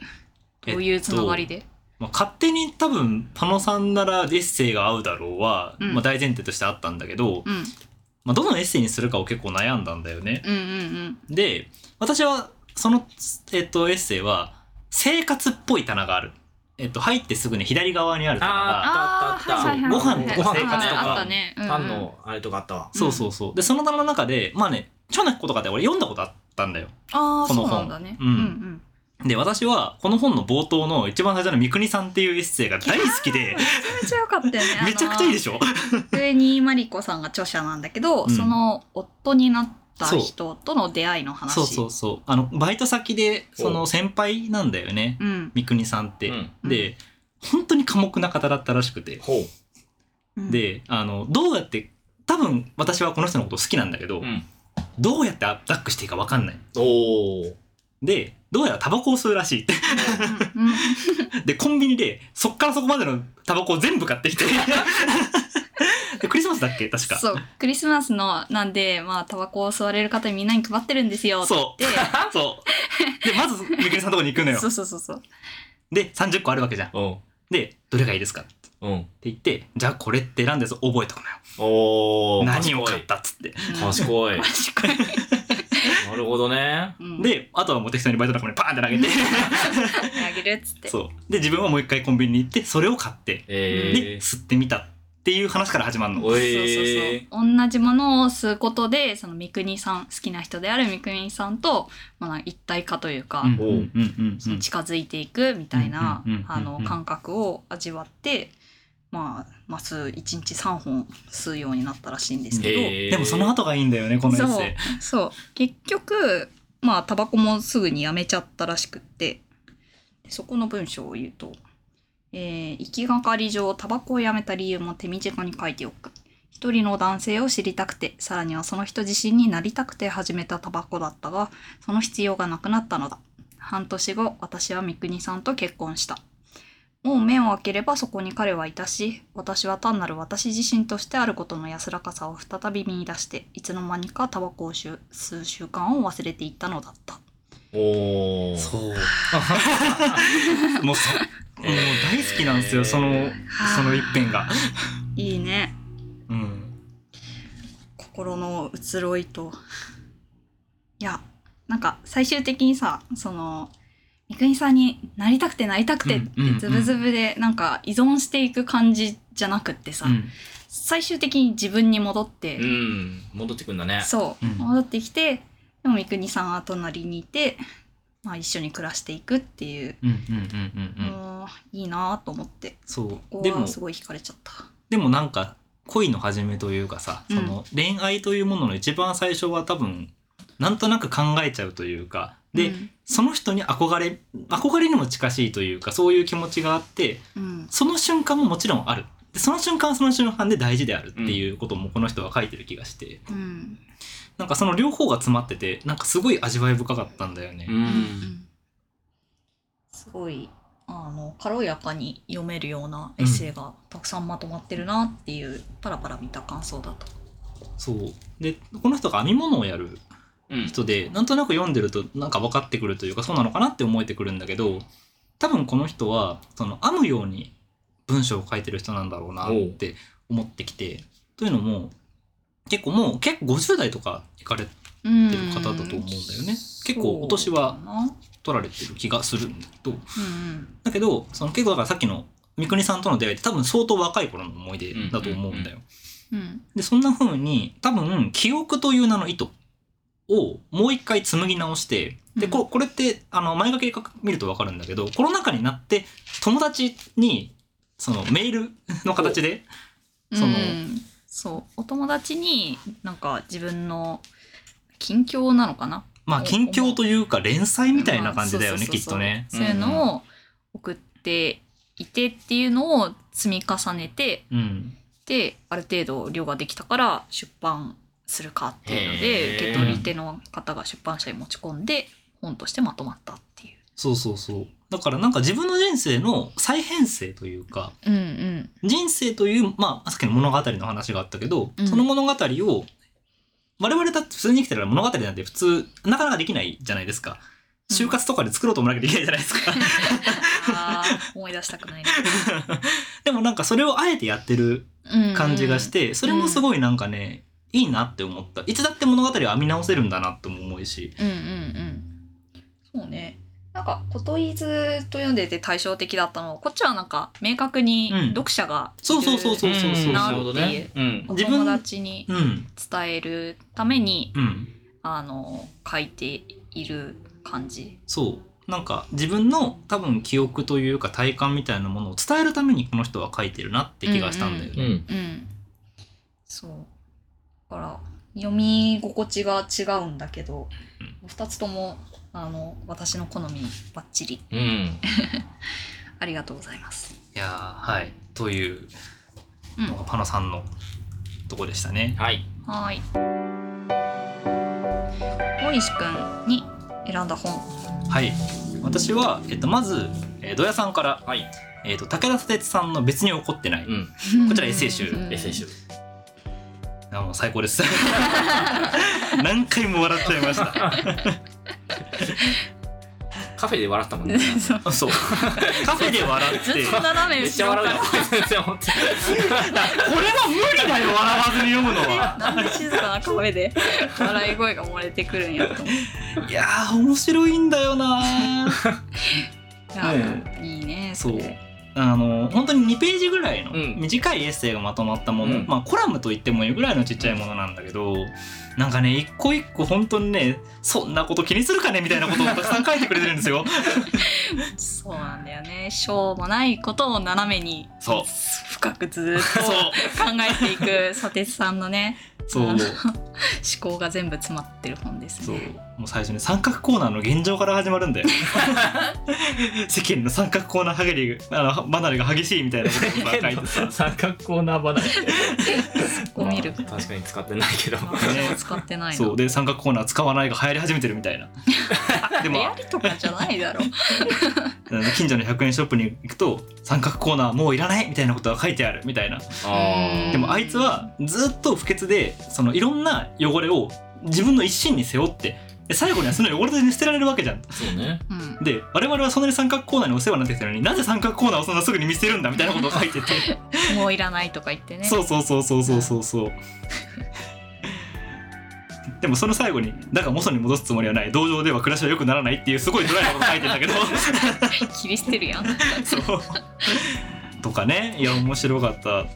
[SPEAKER 1] どういうつながりで、
[SPEAKER 2] まあ、勝手に多分パノさんならエッセイが合うだろうは、
[SPEAKER 1] うん
[SPEAKER 2] まあ、大前提としてあったんだけど、
[SPEAKER 1] うん、
[SPEAKER 2] まあ、どのエッセイにするかを結構悩んだんだよね。
[SPEAKER 1] うんうん
[SPEAKER 2] で私はその、えっと、エッセイは生活っぽい棚がある、えっと、入ってすぐね左側にある棚
[SPEAKER 1] あ
[SPEAKER 2] が
[SPEAKER 1] あー
[SPEAKER 3] ああったあった
[SPEAKER 1] はいはい
[SPEAKER 2] ご
[SPEAKER 1] はいは
[SPEAKER 2] 飯
[SPEAKER 1] い
[SPEAKER 2] とか
[SPEAKER 1] はい
[SPEAKER 2] 生活
[SPEAKER 1] あ
[SPEAKER 2] と
[SPEAKER 1] った
[SPEAKER 2] か、
[SPEAKER 1] ね。うんうん
[SPEAKER 3] パンのあれとかあったわ
[SPEAKER 2] そうそうそうでその棚の中でまあね長男子とかで俺読んだことあったんだよ。
[SPEAKER 1] ああ、
[SPEAKER 2] この
[SPEAKER 1] そう
[SPEAKER 2] 本
[SPEAKER 1] なんだね。
[SPEAKER 2] う
[SPEAKER 1] うんんうん。
[SPEAKER 2] で私はこの本の冒頭の一番最初の「三國さん」っていうエッセイが大好きで
[SPEAKER 1] めちゃ良かったよね
[SPEAKER 2] *laughs* めちゃくちゃいいで
[SPEAKER 1] し
[SPEAKER 2] しょ
[SPEAKER 1] ょ上にマリコさんが著者なんだけど、
[SPEAKER 2] うん
[SPEAKER 1] その夫になった人との出会いの話
[SPEAKER 2] そうそうそうあのバイト先でその先輩なんだよね
[SPEAKER 1] うん
[SPEAKER 2] 三國さんって、
[SPEAKER 3] うん
[SPEAKER 2] で本当に寡黙な方だったらしくて
[SPEAKER 3] ほ
[SPEAKER 1] うん、
[SPEAKER 2] であのどうやって多分私はこの人のこと好きなんだけど、
[SPEAKER 3] う。うん。
[SPEAKER 2] どうやってアタックしていいか分かんない
[SPEAKER 3] おー。
[SPEAKER 2] でどうやらタバコを吸うらしいって *laughs*
[SPEAKER 1] うんうん
[SPEAKER 2] でコンビニでそっからそこまでのタバコを全部買ってき *laughs* てでクリスマスだっけ確か
[SPEAKER 1] そうクリスマスのなんでまあタバコを吸われる方にみんなに配ってるんですよって
[SPEAKER 2] そう
[SPEAKER 1] 言っ
[SPEAKER 2] そうでまず三國さんのとこに行くの
[SPEAKER 1] て
[SPEAKER 2] よ
[SPEAKER 1] そうそうそうそう
[SPEAKER 2] で30個あるわけじゃん
[SPEAKER 3] うん。
[SPEAKER 2] でどれがいいですかって
[SPEAKER 3] うん。
[SPEAKER 2] 言ってじゃあこれって選んで覚えとくのよ
[SPEAKER 3] おー。
[SPEAKER 2] 何を買っ
[SPEAKER 3] 賢
[SPEAKER 2] たっつって
[SPEAKER 3] い。賢
[SPEAKER 2] *laughs*
[SPEAKER 3] い。
[SPEAKER 1] 賢い、
[SPEAKER 3] なるほどね。
[SPEAKER 1] うん、
[SPEAKER 2] であとはもう適当にバイト仲間にパーンって投げて
[SPEAKER 1] あげるっつって
[SPEAKER 2] *laughs* そうで自分はもう一回コンビニに行ってそれを買ってで
[SPEAKER 3] え
[SPEAKER 2] 吸ってみたっていう話から始まる
[SPEAKER 3] ー。
[SPEAKER 2] の
[SPEAKER 3] お
[SPEAKER 1] そうそ
[SPEAKER 3] え
[SPEAKER 1] うそう同じものを吸うことでその三國さん好きな人である三國さんと、まあ、一体化というか、
[SPEAKER 2] うんうん
[SPEAKER 3] おう
[SPEAKER 2] うんうん
[SPEAKER 1] その近づいていくみたいな
[SPEAKER 2] うんうんうんうん
[SPEAKER 1] あの感覚を味わって、まあ、まあ吸う1日3本吸うようになったらしいんですけど、
[SPEAKER 3] へー
[SPEAKER 2] でもその後がいいんだよねこのエッセイ
[SPEAKER 1] *laughs* そう結局まあタバコもすぐにやめちゃったらしくってそこの文章を言うと、えー行きがかり上タバコをやめた理由も手短に書いておく一人の男性を知りたくてさらにはその人自身になりたくて始めたタバコだったがその必要がなくなったのだ半年後私は三國さんと結婚したもう目を開ければそこに彼はいたし、私は単なる私自身としてあることの安らかさを再び見出して、いつの間にかタバコを吸う吸う習慣を忘れていったのだった。
[SPEAKER 3] ー。おー。
[SPEAKER 2] そうもう *laughs* そもう大好きなんです
[SPEAKER 3] え
[SPEAKER 2] よ
[SPEAKER 3] ー
[SPEAKER 2] そのその一編が
[SPEAKER 1] いいね。
[SPEAKER 2] うん
[SPEAKER 1] 心の移ろいと。いや、なんか最終的にさ、その、三國さんになりたくてなりたくてっ
[SPEAKER 2] うんうんう
[SPEAKER 1] てズ
[SPEAKER 2] ん
[SPEAKER 1] ブズブでなんか依存していく感じじゃなくってさ、
[SPEAKER 2] うん
[SPEAKER 1] 最終的に自分に戻って、
[SPEAKER 3] うん。戻ってくんだね。
[SPEAKER 1] そう、
[SPEAKER 2] うん
[SPEAKER 1] 戻ってきてでも三國さんは隣にいて、まあ、一緒に暮らしていくっていう、
[SPEAKER 2] うんうんうんうんうん
[SPEAKER 1] もういいなと思って
[SPEAKER 2] そ
[SPEAKER 1] こ
[SPEAKER 2] う
[SPEAKER 1] こ
[SPEAKER 2] でも
[SPEAKER 1] はすごい惹かれちゃった
[SPEAKER 2] でもなんか恋の始めというかさ、
[SPEAKER 1] うん
[SPEAKER 2] その恋愛というものの一番最初は多分なんとなく考えちゃうというかで、
[SPEAKER 1] うん
[SPEAKER 2] その人に憧れ憧れにも近しいというかそういう気持ちがあって
[SPEAKER 1] うん
[SPEAKER 2] その瞬間ももちろんあるでその瞬間はその瞬間で大事であるっていうこともこの人は書いてる気がして、
[SPEAKER 1] うん
[SPEAKER 2] なんかその両方が詰まっててなんかすごい味わい深かったんだよね。
[SPEAKER 3] う
[SPEAKER 1] うん
[SPEAKER 3] ん。
[SPEAKER 1] すごいあの軽やかに読めるようなエッセイがたくさんまとまってるなっていう、パラパラ見た感想だと。
[SPEAKER 2] そうでこの人が編み物をやる
[SPEAKER 3] うん。
[SPEAKER 2] 人でなんとなく読んでるとなんか分かってくるというかそうなのかなって思えてくるんだけど多分この人はその編むように文章を書いてる人なんだろうなって思ってきてというのも結構もう結構50代とか行かれて
[SPEAKER 1] うん
[SPEAKER 2] る方だと思うんだよね結構お年は取られてる気がするんだけど
[SPEAKER 1] そうかなうん
[SPEAKER 2] だけどその結構だからさっきの三國さんとの出会いって多分相当若い頃の思い出だと思うんだよ。
[SPEAKER 1] うんうん
[SPEAKER 2] でそんな風に多分記憶という名の糸をもう一回紡ぎ直してでここれってあの前書きで見ると分かるんだけどコロナ禍になって友達にそのメールの形でその
[SPEAKER 1] うん、そうお友達になんか自分の近況なのかな
[SPEAKER 2] まあ
[SPEAKER 1] お
[SPEAKER 2] 近況というか連載みたい
[SPEAKER 1] ま
[SPEAKER 2] な
[SPEAKER 1] あ
[SPEAKER 2] 感じだよね
[SPEAKER 1] そうそ
[SPEAKER 2] き
[SPEAKER 1] う
[SPEAKER 2] っ
[SPEAKER 1] そう
[SPEAKER 2] とね。
[SPEAKER 1] そういうのを送っていてっていうのを積み重ねて
[SPEAKER 2] うん
[SPEAKER 1] である程度量ができたから出版するかっていうの
[SPEAKER 3] へー
[SPEAKER 1] で受け取り手の方が出版社に持ち込んで本としてまとまったっていう。
[SPEAKER 2] そうそうそうだからなんか自分の人生の再編成というか
[SPEAKER 1] うんうん
[SPEAKER 2] 人生という、まあ、さっきの物語の話があったけど、
[SPEAKER 1] うん
[SPEAKER 2] その物語を我々だって普通に生きてたら物語なんて普通なかなかできないじゃないですか。
[SPEAKER 1] うん
[SPEAKER 2] 就活とかで作ろうと思わなきゃいけないじゃないですか。
[SPEAKER 1] あー思い出したく
[SPEAKER 2] *laughs*
[SPEAKER 1] ないな、 *laughs*
[SPEAKER 2] でもなんかそれをあえてやってる
[SPEAKER 1] うんうん
[SPEAKER 2] 感じがして、それもすごいなんかね、いいなって思った。いつだって物語を編み直せるんだなとも思うし。
[SPEAKER 1] うんうんうん。そうね。なんか「こといず」と読んでて対照的だったのこっちはなんか明確に
[SPEAKER 2] うん
[SPEAKER 1] 読者がいる、
[SPEAKER 2] そうそうそうそうそうそう。
[SPEAKER 1] な
[SPEAKER 3] な
[SPEAKER 1] っていう
[SPEAKER 3] るほどね。うん。
[SPEAKER 1] お
[SPEAKER 2] 自分
[SPEAKER 1] 友達に
[SPEAKER 2] うん。
[SPEAKER 1] 伝えるために
[SPEAKER 2] うん。
[SPEAKER 1] あの書いている感じ。
[SPEAKER 2] そう。なんか自分の多分記憶というか体感みたいなものを伝えるためにこの人は書いてるなって気がしたんだよ
[SPEAKER 3] う
[SPEAKER 2] ね。
[SPEAKER 3] ん。
[SPEAKER 1] うんそうだから読み心地が違うんだけど、二2つともあの私の好みにバッチリ
[SPEAKER 3] うん。
[SPEAKER 1] ありがとうございます
[SPEAKER 2] いやーはいという
[SPEAKER 1] うん
[SPEAKER 2] のがパナさんのとこでしたね。
[SPEAKER 3] はい。
[SPEAKER 1] はーい大石くんに選んだ本
[SPEAKER 2] はい私は、えっと、まず、えー土屋さんから、
[SPEAKER 3] はい。
[SPEAKER 2] えっと、武田鉄さんの「別に怒ってない」
[SPEAKER 3] うん。
[SPEAKER 2] こちらエッセイ集
[SPEAKER 1] うん
[SPEAKER 3] エッセイ集。
[SPEAKER 2] あもう最高です *laughs* 何回も笑っちゃいました
[SPEAKER 3] カフェで笑ったもんね。
[SPEAKER 1] そう
[SPEAKER 2] あ *laughs* そうカフェで笑って
[SPEAKER 1] ずっと
[SPEAKER 2] *laughs* こ
[SPEAKER 1] 斜め
[SPEAKER 3] めっち
[SPEAKER 1] 後
[SPEAKER 3] ゃ
[SPEAKER 1] ろか
[SPEAKER 3] 笑う
[SPEAKER 1] ら
[SPEAKER 3] よ。全然思って
[SPEAKER 2] れは無理だよ笑わずに読むのは
[SPEAKER 1] なんで静かな声で笑い声が漏れてくるんやと思って
[SPEAKER 2] いやー面白いんだよなー
[SPEAKER 1] いや
[SPEAKER 2] ね
[SPEAKER 1] いいね
[SPEAKER 2] そ
[SPEAKER 1] そうれ
[SPEAKER 2] あの本当に2ページぐらいの
[SPEAKER 3] うん
[SPEAKER 2] 短いエッセイがまとまったもの、
[SPEAKER 3] うん
[SPEAKER 2] まあコラムと言ってもいいぐらいのちっちゃいものなんだけどなんかね一個一個本当にねそんなこと気にするかねみたいなことをたくさん書いてくれてるんで
[SPEAKER 3] *laughs*
[SPEAKER 2] すよ
[SPEAKER 1] そうなんだよねしょうもないことを斜めに
[SPEAKER 2] そう
[SPEAKER 1] 深くずっと
[SPEAKER 2] そう
[SPEAKER 1] 考えていく佐哲さんのね
[SPEAKER 2] そう
[SPEAKER 1] あの思考が全部詰まってる本です
[SPEAKER 2] そう
[SPEAKER 1] ね。
[SPEAKER 2] もう最初に三角コーナーの現状から始まるんだ
[SPEAKER 3] *laughs*
[SPEAKER 2] よ世間の三角コーナーはげりあの離れが激しいみたいなことばっかり
[SPEAKER 3] *laughs* 変
[SPEAKER 2] で
[SPEAKER 3] な
[SPEAKER 2] さ
[SPEAKER 3] 三角コーナー離れ。
[SPEAKER 1] *laughs* ここ見る。
[SPEAKER 3] まあ確かに使ってないけど。
[SPEAKER 1] あそれを使ってない
[SPEAKER 2] そう
[SPEAKER 1] の。
[SPEAKER 2] で三角コーナー使わないが流行り始めてるみたいなでも
[SPEAKER 1] 流行りとかじゃないだろ。
[SPEAKER 2] あの近所の100円ショップに行くと三角コーナーもういらないみたいなことが書いてあるみたいな
[SPEAKER 1] あー
[SPEAKER 2] でもあいつはずっと不潔でそのいろんな汚れを自分の一身に背負ってで最後にはその汚れで捨てられるわけじゃん
[SPEAKER 3] あ。そうね。
[SPEAKER 1] *laughs* うん。
[SPEAKER 2] で我々はそんなに三角コーナーにお世話になってきたのになぜ三角コーナーをそんなすぐに見捨てるんだみたいなことを書いてて
[SPEAKER 1] もういらないとか言ってね。
[SPEAKER 2] そうそうそうそうそうそうそう。 *laughs* でもその最後に「だから元に戻すつもりはない同情では暮らしは良くならない」っていうすごいドライなこと書いてんだけど
[SPEAKER 1] 切り捨てるやん。
[SPEAKER 2] そう *laughs* とかねいや面白かったあと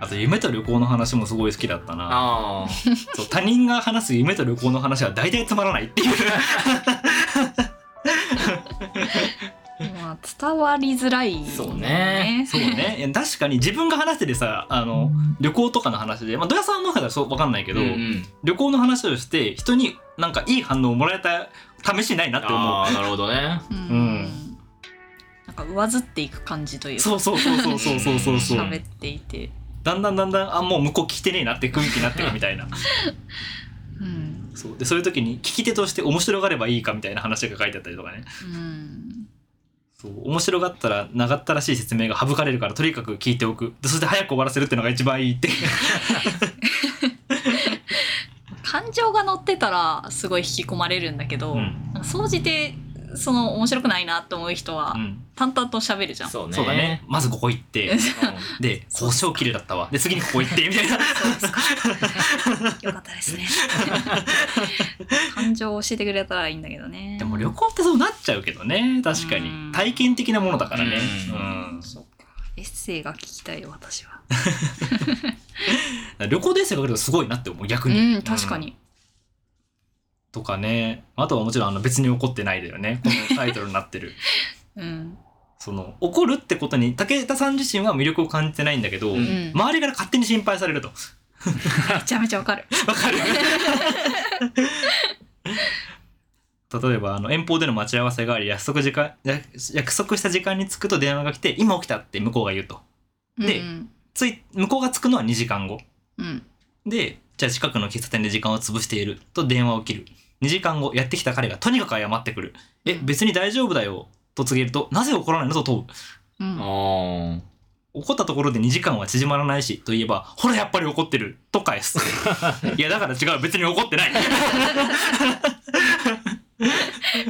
[SPEAKER 2] あと夢と旅行の話もすごい好きだったな
[SPEAKER 3] あ
[SPEAKER 2] そう他人が話す夢と旅行の話は大体つまらないっていう
[SPEAKER 1] まあ伝わりづらいよ。
[SPEAKER 3] そうね
[SPEAKER 2] そう *laughs* ねいや確かに自分が話しててさあの旅行とかの話で、まあ、土屋さんの方はそう分かんないけ
[SPEAKER 3] あ。
[SPEAKER 2] ど、
[SPEAKER 3] うんうん
[SPEAKER 2] 旅行の話をして人になんかいい反応をもらえた試しないなって思
[SPEAKER 3] ああ、なるほどね。
[SPEAKER 1] う
[SPEAKER 2] うん
[SPEAKER 1] ん。なんか上ずっていく感じという
[SPEAKER 2] う
[SPEAKER 1] か。
[SPEAKER 2] そうそうそうそうそうそうそうそう
[SPEAKER 1] *laughs* 喋っていて。
[SPEAKER 2] だんだんだんだんあもう向こう聞いてねえなって雰囲気になってるみたいな
[SPEAKER 1] うん。
[SPEAKER 2] そうでそういう時に聞き手として面白がればいいかみたいな話が書いてあったりとかね
[SPEAKER 1] うん。
[SPEAKER 2] そう面白がったら長ったらしい説明が省かれるからとにかく聞いておくでそして早く終わらせるってのが一番いいって
[SPEAKER 1] 感情が乗ってたらすごい引き込まれるんだけど、
[SPEAKER 2] うん
[SPEAKER 1] なんか総じてその面白くないなと思う人は
[SPEAKER 2] うん
[SPEAKER 1] 淡々と喋るじゃん。
[SPEAKER 3] そうね。
[SPEAKER 2] そうだね。まずここ行ってで
[SPEAKER 1] そう
[SPEAKER 2] 交渉綺麗だったわで次にここ行ってみた
[SPEAKER 1] *laughs*
[SPEAKER 2] いな
[SPEAKER 1] そうですか。 *laughs* よかったですね。感情を教えてくれたらいいんだけどね。
[SPEAKER 2] でも旅行ってそうなっちゃうけどね確か
[SPEAKER 1] うん
[SPEAKER 2] に体験的なものだからね
[SPEAKER 3] うん
[SPEAKER 2] うん
[SPEAKER 1] そうか。エッセイが聞きたいよ私は。
[SPEAKER 2] 旅行でエッセイ書けるとすごいなって思う逆
[SPEAKER 1] う
[SPEAKER 2] に、
[SPEAKER 1] ん確かに。
[SPEAKER 2] とかねあとはもちろんあの別に怒ってないだよねこのタイトルになってる
[SPEAKER 1] うん。
[SPEAKER 2] その怒るってことに武田さん自身は魅力を感じてないんだけど、
[SPEAKER 3] うん
[SPEAKER 1] うん、
[SPEAKER 2] 周りから勝手に心配されると
[SPEAKER 1] めちゃめちゃわかる。
[SPEAKER 2] わかる *laughs* 例えばあの遠方での待ち合わせがあり約束時間約約束した時間に着くと電話が来て「今起きた」って向こうが言うとで
[SPEAKER 1] うん
[SPEAKER 2] つい向こうが着くのは2時間後
[SPEAKER 1] うん
[SPEAKER 2] でじゃあ近くの喫茶店で時間を潰していると電話を切る2時間後やってきた彼がとにかく謝ってくるえ別に大丈夫だよと告げるとなぜ怒らないのと問う
[SPEAKER 1] うん
[SPEAKER 3] ああ。
[SPEAKER 2] 怒ったところで2時間は縮まらないしといえばほらやっぱり怒ってると返 *laughs* すいやだから違う別に怒ってない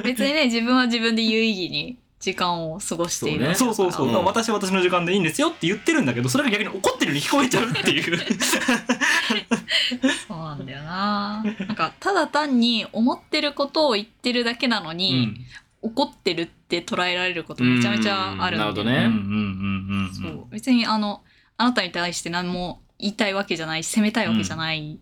[SPEAKER 1] 別にね自分は自分で有意義に時間を過ごしている。
[SPEAKER 2] そうそうそう、
[SPEAKER 3] うん
[SPEAKER 2] まあ私は私の時間でいいんですよって言ってるんだけどそれが逆に怒ってるように聞こえちゃうっていう
[SPEAKER 1] そうなんだよな。なんかただ単に思ってることを言ってるだけなの
[SPEAKER 2] う
[SPEAKER 1] に、
[SPEAKER 2] ん
[SPEAKER 1] 怒ってるって捉えられることめちゃめちゃあるんで。
[SPEAKER 3] うんなるほど
[SPEAKER 2] うんう
[SPEAKER 3] ね
[SPEAKER 2] んうんう
[SPEAKER 1] そ
[SPEAKER 2] んうん
[SPEAKER 1] う別にあのあなたに対して何も言いたいわけじゃないし責めたいわけじゃない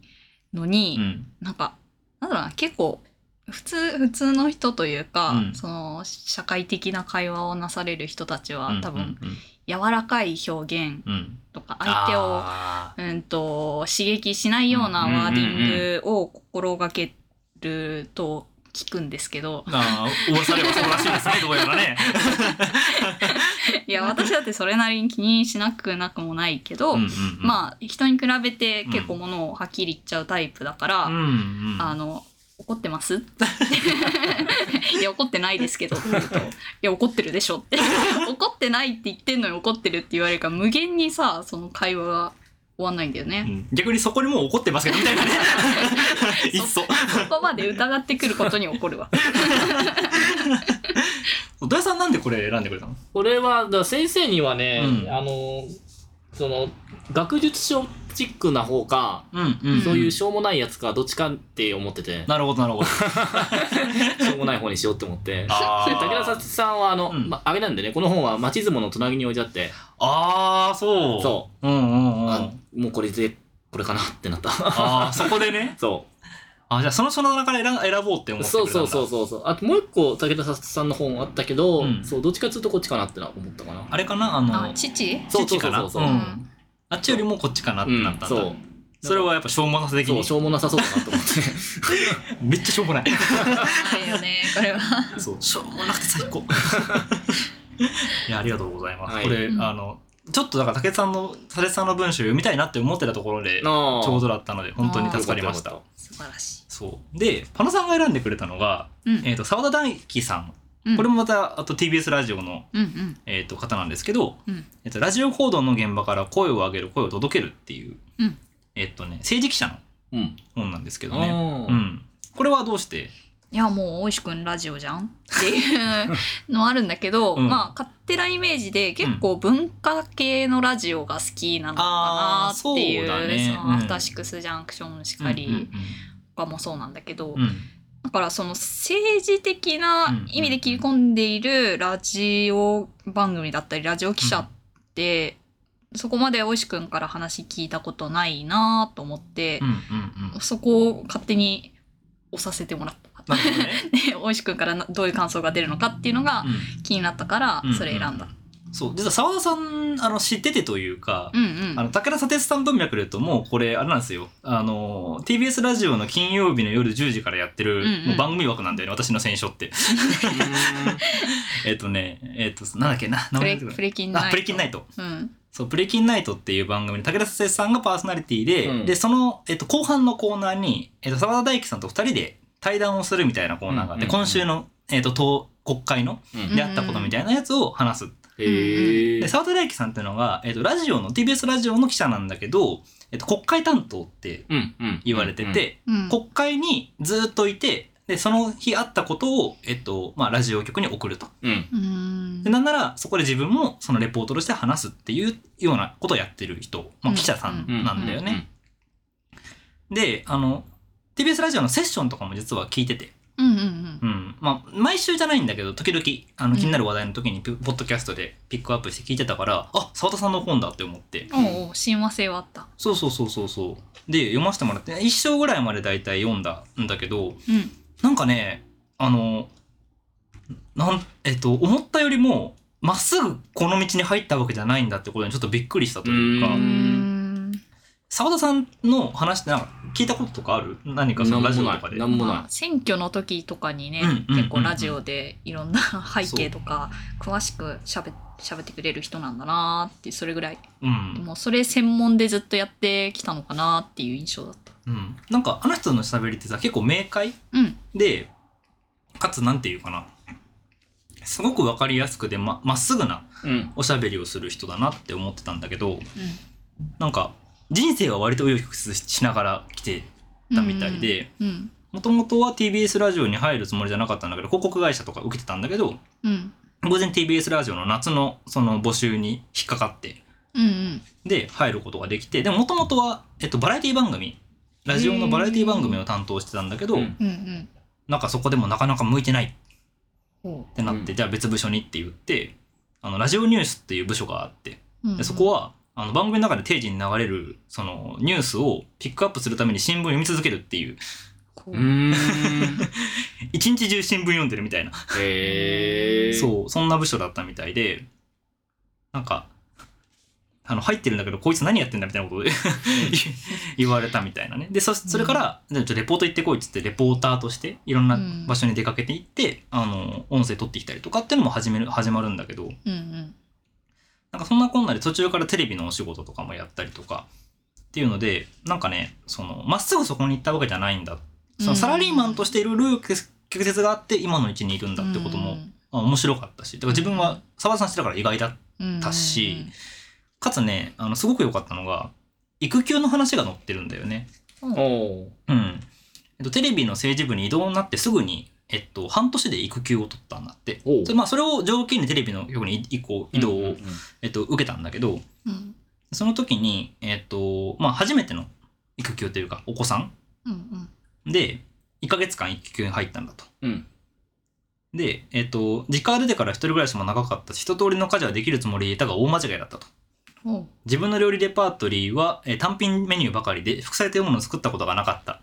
[SPEAKER 1] のに、
[SPEAKER 2] うん
[SPEAKER 1] なんかなんだろうな結構普通普通の人というか、
[SPEAKER 2] うん
[SPEAKER 1] その社会的な会話をなされる人たちは多分、
[SPEAKER 2] うん
[SPEAKER 1] 柔らかい表現
[SPEAKER 2] うんうん、
[SPEAKER 1] とか相手を
[SPEAKER 2] あ
[SPEAKER 1] うんと刺激しないようなワーディングを心がけると聞くんですけど
[SPEAKER 2] *laughs* ーあー噂ではそうらしいですねどうやらね。
[SPEAKER 1] いや私だってそれなりに気にしなくなくもないけど、
[SPEAKER 2] ま
[SPEAKER 1] まあ人に比べて結構ものをはっきり言っちゃうタイプだから、
[SPEAKER 2] うんうん、
[SPEAKER 1] あの怒ってます *laughs* いや怒ってないです
[SPEAKER 2] *laughs*
[SPEAKER 1] けどって言うと「いや怒ってるでしょ」って *laughs* 「怒ってない」って言ってんのに怒ってるって言われるから無限にさその会話が終わんないんだよね。
[SPEAKER 2] うん逆にそこにもう怒ってますけどみたいなねいっそ
[SPEAKER 1] そこまで疑ってくることに怒る
[SPEAKER 2] *laughs*
[SPEAKER 1] わ。
[SPEAKER 2] 土屋さんなんでこれ選んでくれたの
[SPEAKER 3] これは、だから先生にはね、
[SPEAKER 2] うん
[SPEAKER 3] あの、その、学術書チックな方か、
[SPEAKER 2] うんう
[SPEAKER 3] そういうしょうもないやつか、どっちかって思ってて、
[SPEAKER 2] なるほどなるほど
[SPEAKER 3] しょうもない方にしようって思って。
[SPEAKER 2] あ
[SPEAKER 3] で武田
[SPEAKER 2] ー
[SPEAKER 3] ささんは、あの、
[SPEAKER 2] うん
[SPEAKER 3] まあれなんでね、この本は町相撲の隣に置いてあって、
[SPEAKER 2] あーそう
[SPEAKER 3] そう
[SPEAKER 2] うんうんう
[SPEAKER 3] う、
[SPEAKER 2] ん
[SPEAKER 3] あもうこれで、これかなってなった。
[SPEAKER 2] あーそこでね
[SPEAKER 3] そ
[SPEAKER 2] あじゃあその書の中から選選ぼうって思
[SPEAKER 3] う。
[SPEAKER 2] ってくれ
[SPEAKER 3] そ
[SPEAKER 2] たん
[SPEAKER 3] う
[SPEAKER 2] だ
[SPEAKER 3] そうそうそうそう。あともう一個、武田ささんの本あったけど、
[SPEAKER 2] うん
[SPEAKER 3] そう、どっちかっていうとこっちかなってな思ったかな。
[SPEAKER 2] あれかなあ
[SPEAKER 1] あ
[SPEAKER 2] の
[SPEAKER 1] 父
[SPEAKER 3] そう
[SPEAKER 2] 父
[SPEAKER 3] そうそ
[SPEAKER 2] か
[SPEAKER 3] う
[SPEAKER 2] な
[SPEAKER 3] そうそう。
[SPEAKER 2] う
[SPEAKER 1] うんん
[SPEAKER 2] あっちよりもこっちかなってなったんだ、
[SPEAKER 3] そう。
[SPEAKER 2] それはやっぱしょうもなさ的
[SPEAKER 3] そ
[SPEAKER 2] に
[SPEAKER 3] う、しょうもなさそうだなと思って。
[SPEAKER 2] めっちゃしょうもない
[SPEAKER 3] *laughs*
[SPEAKER 1] ないよねこれは。
[SPEAKER 2] そうしょうもなくて
[SPEAKER 3] *laughs*
[SPEAKER 2] 最高いやありがとうございます、
[SPEAKER 3] はい
[SPEAKER 2] これ
[SPEAKER 1] うん
[SPEAKER 2] あのちょっとだから武井さんの武井さんの文章読みたいなって思ってたところで
[SPEAKER 3] なあ
[SPEAKER 2] ちょうどだったので本当に助かりました
[SPEAKER 3] よかっ
[SPEAKER 1] 素晴らしい。
[SPEAKER 2] そうでパナさんが選んでくれたのが、
[SPEAKER 1] うん
[SPEAKER 2] えー、と澤田大樹さん
[SPEAKER 1] うん
[SPEAKER 2] これもまたあと TBS ラジオの、
[SPEAKER 1] うんうん
[SPEAKER 2] えー、と方なんですけど、
[SPEAKER 1] うん
[SPEAKER 2] えー、とラジオ報道の現場から声を上げる声を届けるっていう、
[SPEAKER 1] うん
[SPEAKER 2] えっ、とね政治記者の
[SPEAKER 3] うん。
[SPEAKER 2] 本なんですけどね、
[SPEAKER 3] あ
[SPEAKER 2] う
[SPEAKER 3] ー
[SPEAKER 2] ん、これはどうして
[SPEAKER 1] いやもう大石くんラジオじゃんっていうのあるんだけど、
[SPEAKER 2] うん
[SPEAKER 1] まあ勝手なイメージで結構文化系のラジオが好きなのかなっていう,、
[SPEAKER 2] あーそうだね
[SPEAKER 1] の
[SPEAKER 2] うん
[SPEAKER 1] アフターシックスジャンクションしかり、
[SPEAKER 2] う
[SPEAKER 1] とかもそうなんだけど、
[SPEAKER 2] んうんうん
[SPEAKER 1] だからその政治的な意味で切り込んでいるラジオ番組だったりラジオ記者って、そこまで大石くんから話聞いたことないなと思って
[SPEAKER 2] うんう、んうんうん
[SPEAKER 1] そこを勝手に押させてもらった。
[SPEAKER 2] なるほどね、
[SPEAKER 1] *laughs* で大石くんからなどういう感想が出るのかっていうのが
[SPEAKER 2] うん
[SPEAKER 1] 気になったから
[SPEAKER 2] うん
[SPEAKER 1] それ選んだ。
[SPEAKER 2] そう実は澤田さんあの知っててというか、
[SPEAKER 1] うんう
[SPEAKER 2] あ
[SPEAKER 1] ん。
[SPEAKER 2] の武田砂鉄さん文脈で言うともうこれあれなんですよあの TBS ラジオの金曜日の夜10時からやって
[SPEAKER 1] うん
[SPEAKER 2] る、
[SPEAKER 1] うん
[SPEAKER 2] もう番組枠なんだよね私の選書ってえっとねえっとなんだっけな名
[SPEAKER 1] プ
[SPEAKER 2] 前
[SPEAKER 1] レ
[SPEAKER 2] 出てこない
[SPEAKER 1] プレキンナイト。
[SPEAKER 2] あプレキンナイト
[SPEAKER 1] うん
[SPEAKER 2] そうプレキンナイトっていう番組で武田砂鉄さんがパーソナリティで、
[SPEAKER 3] うん
[SPEAKER 2] でその、えっと、後半のコーナーに、えっと、澤田大樹さんと2人で対談をするみたいなコーナーがあって、
[SPEAKER 3] うんうんうん
[SPEAKER 2] 今週の、えっと、党国会の
[SPEAKER 3] うん
[SPEAKER 2] であったことみたいなやつを話す
[SPEAKER 3] へ
[SPEAKER 2] で
[SPEAKER 3] え。
[SPEAKER 2] 澤田大樹さんっていうのが、えっとラジオの TBS ラジオの記者なんだけど、えっと国会担当って
[SPEAKER 3] うんうん
[SPEAKER 2] 言われて、て、
[SPEAKER 1] うん。
[SPEAKER 2] 国会にずっといてでその日あったことを、えっとまあ、ラジオ局に送ると
[SPEAKER 3] うん。
[SPEAKER 1] うん
[SPEAKER 2] でなんならそこで自分もそのレポートとして話すっていうようなことをやってる人、まあ、記者さんなんだよね。であの TBS ラジオのセッションとかも実は聞いてて、
[SPEAKER 1] うんうんうん
[SPEAKER 2] うんまあ、毎週じゃないんだけど時々あの気になる話題の時にピポッドキャストでピックアップして聞いてたからあ澤田さんの本だって思って。
[SPEAKER 1] おうおう親和性はあった。
[SPEAKER 2] そうそうそうそうそうで読ませてもらって一章ぐらいまで大体読んだんだけ
[SPEAKER 1] う
[SPEAKER 2] ど
[SPEAKER 1] ん
[SPEAKER 2] なんかねあのなんえっと思ったよりもまっすぐこの道に入ったわけじゃないんだってことにちょっとびっくりしたという
[SPEAKER 1] う
[SPEAKER 2] か
[SPEAKER 1] ー
[SPEAKER 3] うん
[SPEAKER 1] ん。
[SPEAKER 2] 澤田さんの話ってなんか聞いたこととかある何かそのラジオとかで
[SPEAKER 3] なんもないなんもない
[SPEAKER 1] まあ、選挙の時とかにね、
[SPEAKER 2] うんうんうんうん
[SPEAKER 1] 結構ラジオでいろんな *laughs* 背景とか詳しくしゃべってくれる人なんだなーってそれぐらい
[SPEAKER 2] うん、
[SPEAKER 1] もうそれ専門でずっとやってきたのかなっていう印象だった。
[SPEAKER 2] うん、なんかあの人の喋りってさ結構明快
[SPEAKER 1] うん
[SPEAKER 2] でかつなんていうかなすごく分かりやすくでままっすぐな
[SPEAKER 3] うん。
[SPEAKER 2] おしゃべりをする人だなって思ってたんだけどなんか人生は割と紆余曲折しながら来て
[SPEAKER 1] うん、
[SPEAKER 2] たみたいで
[SPEAKER 1] うん
[SPEAKER 2] もともとは TBS ラジオに入るつもりじゃなかったんだけど広告会社とか受けてたんだけど
[SPEAKER 1] うん
[SPEAKER 2] 偶然 TBS ラジオの夏のその募集に引っかかって
[SPEAKER 1] うんうん
[SPEAKER 2] で入ることができてでもともとは、えっと、バラエティ番組ラジオのバラエティ番組を担当してたんだけど、
[SPEAKER 3] うん
[SPEAKER 1] うんうん
[SPEAKER 2] なんかそこでもなかなか向いてない
[SPEAKER 1] ほ
[SPEAKER 2] ってなって、
[SPEAKER 3] うん
[SPEAKER 2] じゃあ別部署にって言ってあのラジオニュースっていう部署があって
[SPEAKER 1] ううんう
[SPEAKER 2] で
[SPEAKER 1] ん
[SPEAKER 2] そこはあの番組の中で定時に流れるそのニュースをピックアップするために新聞を読み続けるっていう
[SPEAKER 1] こ
[SPEAKER 3] う
[SPEAKER 1] う
[SPEAKER 3] ーん。
[SPEAKER 2] 一日中新聞読んでるみたいな、
[SPEAKER 3] へえ。
[SPEAKER 2] そうそんな部署だったみたいでなんかあの入ってるんだけどこいつ何やってんだみたいなことで *laughs* 言われたみたいなねでそそれから、じゃあちょっとレポート行ってこいっつってレポーターとしていろんな場所に出かけて行って、あの音声取ってきたりとかっていうのも始める始まるんだけど
[SPEAKER 1] うんうん
[SPEAKER 2] なんかそんなこんなで途中からテレビのお仕事とかもやったりとかっていうのでなんかねそのまっすぐそこに行ったわけじゃないんだそのサラリーマンとしているルール曲折があって今の位置にいるんだってことも、あ面白かったしだから自分は澤田さんしてたから意外だたしかつねあのすごく良かったのが育休の話が載ってるんだよね。
[SPEAKER 3] おー
[SPEAKER 2] うんえっと、テレビの政治部に異動になってすぐに、えっと、半年で育休を取ったんだって
[SPEAKER 3] おう
[SPEAKER 2] それ,、まあ、それを条件にテレビの局に移行移動を、
[SPEAKER 3] うんうん
[SPEAKER 2] えっと、受けたんだけど
[SPEAKER 1] うん
[SPEAKER 2] その時に、えっとまあ、初めての育休というかお子さん
[SPEAKER 1] うんうん
[SPEAKER 2] で1ヶ月間育休に入ったんだと。
[SPEAKER 3] うん。
[SPEAKER 2] で、えっと、実家が出てから一人暮らしも長かったし一通りの家事はできるつもりでいたが大間違いだったと
[SPEAKER 1] おう
[SPEAKER 2] 自分の料理レパートリーは、えー単品メニューばかりで副菜というものを作ったことがなかった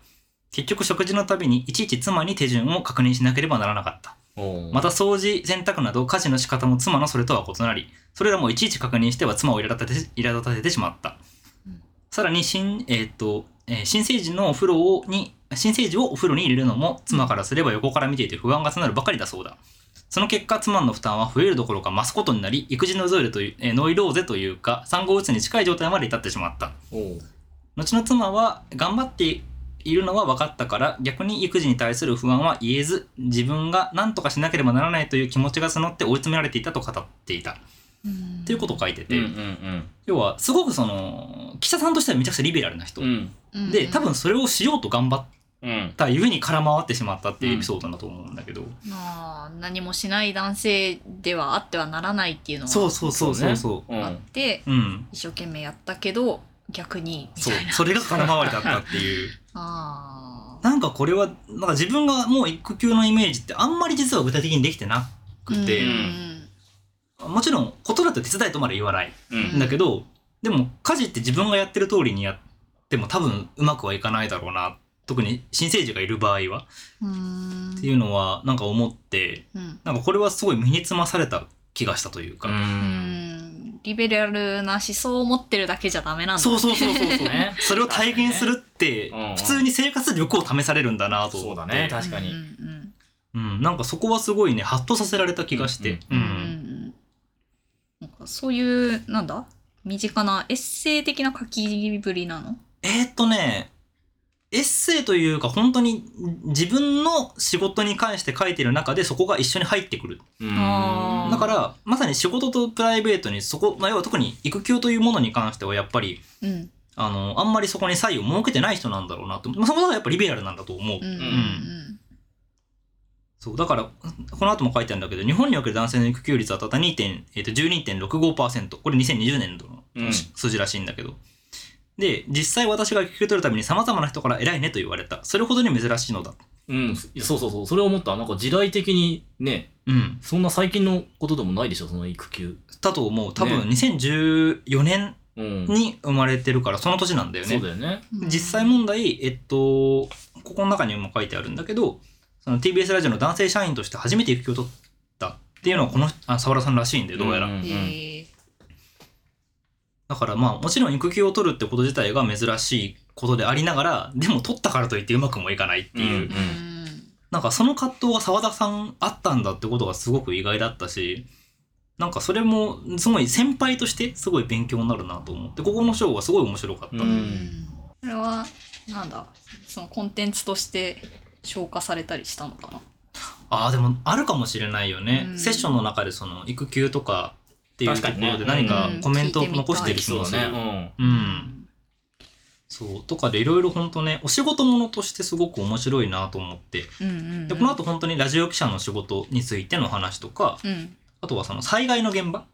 [SPEAKER 2] 結局食事のたびにいちいち妻に手順を確認しなければならなかった
[SPEAKER 3] おう
[SPEAKER 2] また掃除洗濯など家事の仕方も妻のそれとは異なりそれらもいちいち確認しては妻を苛立てて苛立たせてしまった、
[SPEAKER 1] うん
[SPEAKER 2] さらに新,、えーっとえー新生児のお風呂をに新生児をお風呂に入れるのも妻からすれば横から見ていて不安が募るばかりだそうだその結果妻の負担は増えるどころか増すことになり育児ノイローゼという、えーノイローゼというか産後うつに近い状態まで至ってしまった
[SPEAKER 3] おう
[SPEAKER 2] 後の妻は頑張っているのは分かったから逆に育児に対する不安は言えず自分が何とかしなければならないという気持ちが募って追い詰められていたと語っていた
[SPEAKER 1] うん
[SPEAKER 2] ということを書いて
[SPEAKER 3] う
[SPEAKER 2] て、
[SPEAKER 3] んうん
[SPEAKER 2] 要はすごくその記者さんとしてはめちゃくちゃリベラルな人、
[SPEAKER 3] うん。うん。
[SPEAKER 2] で多分それをしようと頑張っ
[SPEAKER 3] うん。。
[SPEAKER 2] たゆえに空回ってしまったっていうエピソードだと思うんだけど、
[SPEAKER 1] まあ何もしない男性ではあってはならないっていうの
[SPEAKER 2] そう
[SPEAKER 1] は
[SPEAKER 2] そうそうそうそう
[SPEAKER 3] う
[SPEAKER 1] あっ
[SPEAKER 3] ん。
[SPEAKER 1] て
[SPEAKER 2] う、うん、
[SPEAKER 1] 一生懸命やったけど逆にみ
[SPEAKER 2] そう
[SPEAKER 1] たいな。
[SPEAKER 2] それが空回りだったっていう *laughs*
[SPEAKER 1] あ
[SPEAKER 2] なんかこれはなんか自分がもう育休のイメージってあんまり実は具体的にできてな
[SPEAKER 1] ー
[SPEAKER 2] くて、
[SPEAKER 1] うん
[SPEAKER 2] もちろんことだって手伝いとまで言わない
[SPEAKER 3] うん
[SPEAKER 2] んだけど、でも家事って自分がやってる通りにやっても多分うまくはいかないだろうな特に新生児がいる場合は
[SPEAKER 1] うんうん
[SPEAKER 2] っていうのはなんか思って
[SPEAKER 1] うん
[SPEAKER 2] なんかこれはすごい身につまされた気がしたというか、
[SPEAKER 1] うんリベラルな思想を持ってるだけじゃダメなんだ
[SPEAKER 2] そうそうそうそうそう、
[SPEAKER 3] ね
[SPEAKER 2] *laughs* それを体現するって
[SPEAKER 3] 確かにねうんうん
[SPEAKER 2] 普通に生活力を試されるんだなと思って
[SPEAKER 3] そうだね。確か
[SPEAKER 1] う
[SPEAKER 3] に。
[SPEAKER 1] ん
[SPEAKER 2] うん、なんかそこはすごいねハッとさせられた気がして、
[SPEAKER 1] うんうんうんなんかそういうなんだ身近なエッセイ的な書きぶりなの
[SPEAKER 2] えーっとね、エッセイというか、本当に自分の仕事に関して書いてる中で、そこが一緒に入ってくる。
[SPEAKER 3] うん
[SPEAKER 1] あー
[SPEAKER 2] だから、まさに仕事とプライベートにそこ、まあ、要は特に育休というものに関しては、やっぱり、
[SPEAKER 1] うん
[SPEAKER 2] あの、あんまりそこに差異を設けてない人なんだろうなと。まあ、そこがやっぱリベラルなんだと思う。
[SPEAKER 1] うんうん
[SPEAKER 2] そう、だから、この後も書いてあるんだけど、日本における男性の育休率はたった2点、えー、と12.65%。これ2020年度の
[SPEAKER 3] うん
[SPEAKER 2] 数字らしいんだけど。で、実際私が聞き取るために様々な人から偉いねと言われた。それほどに珍しいのだ。
[SPEAKER 3] うん。そうそうそう。それを思った。なんか時代的にね、
[SPEAKER 2] うん。
[SPEAKER 3] そんな最近のことでもないでしょ、その育休。
[SPEAKER 2] だと思う。多分
[SPEAKER 3] ね
[SPEAKER 2] 2014年
[SPEAKER 3] うん。
[SPEAKER 2] に生まれてるから、その年なんだよ
[SPEAKER 3] そ
[SPEAKER 2] ね
[SPEAKER 3] う。だよね。
[SPEAKER 1] うん
[SPEAKER 2] 実際問題、えっと、ここの中にも書いてあるんだけど、その TBS ラジオの男性社員として初めて育休を取ったっていうのはこの人、あ、沢田さんらしいんで、どうやら。
[SPEAKER 3] んん
[SPEAKER 1] へえ
[SPEAKER 2] だからまあもちろん育休を取るってこと自体が珍しいことでありながらでも取ったからといってうまくもいかないっていう、
[SPEAKER 3] うん
[SPEAKER 1] うん
[SPEAKER 2] なんかその葛藤が澤田さんあったんだってことがすごく意外だったしなんかそれもすごい先輩としてすごい勉強になるなと思ってここの章はすごい面白かった、
[SPEAKER 3] うん
[SPEAKER 1] これはなんだそのコンテンツとして消化されたりしたのかな
[SPEAKER 2] ああでもあるかもしれないよね、
[SPEAKER 1] うん
[SPEAKER 2] セッションの中でその育休とかっていうところで
[SPEAKER 3] 確かに
[SPEAKER 2] 何
[SPEAKER 3] ね
[SPEAKER 2] かコメントを
[SPEAKER 1] うん聞いてみたい
[SPEAKER 2] 残してる人
[SPEAKER 3] そう
[SPEAKER 2] も
[SPEAKER 3] だ
[SPEAKER 2] する
[SPEAKER 3] ね。
[SPEAKER 2] うんそうとかでいろいろ本当ねお仕事ものとしてすごく面白いなと思って
[SPEAKER 1] うんうんうん
[SPEAKER 2] でこの後本当にラジオ記者の仕事についての話とか
[SPEAKER 1] うん
[SPEAKER 2] あとはその災害の現場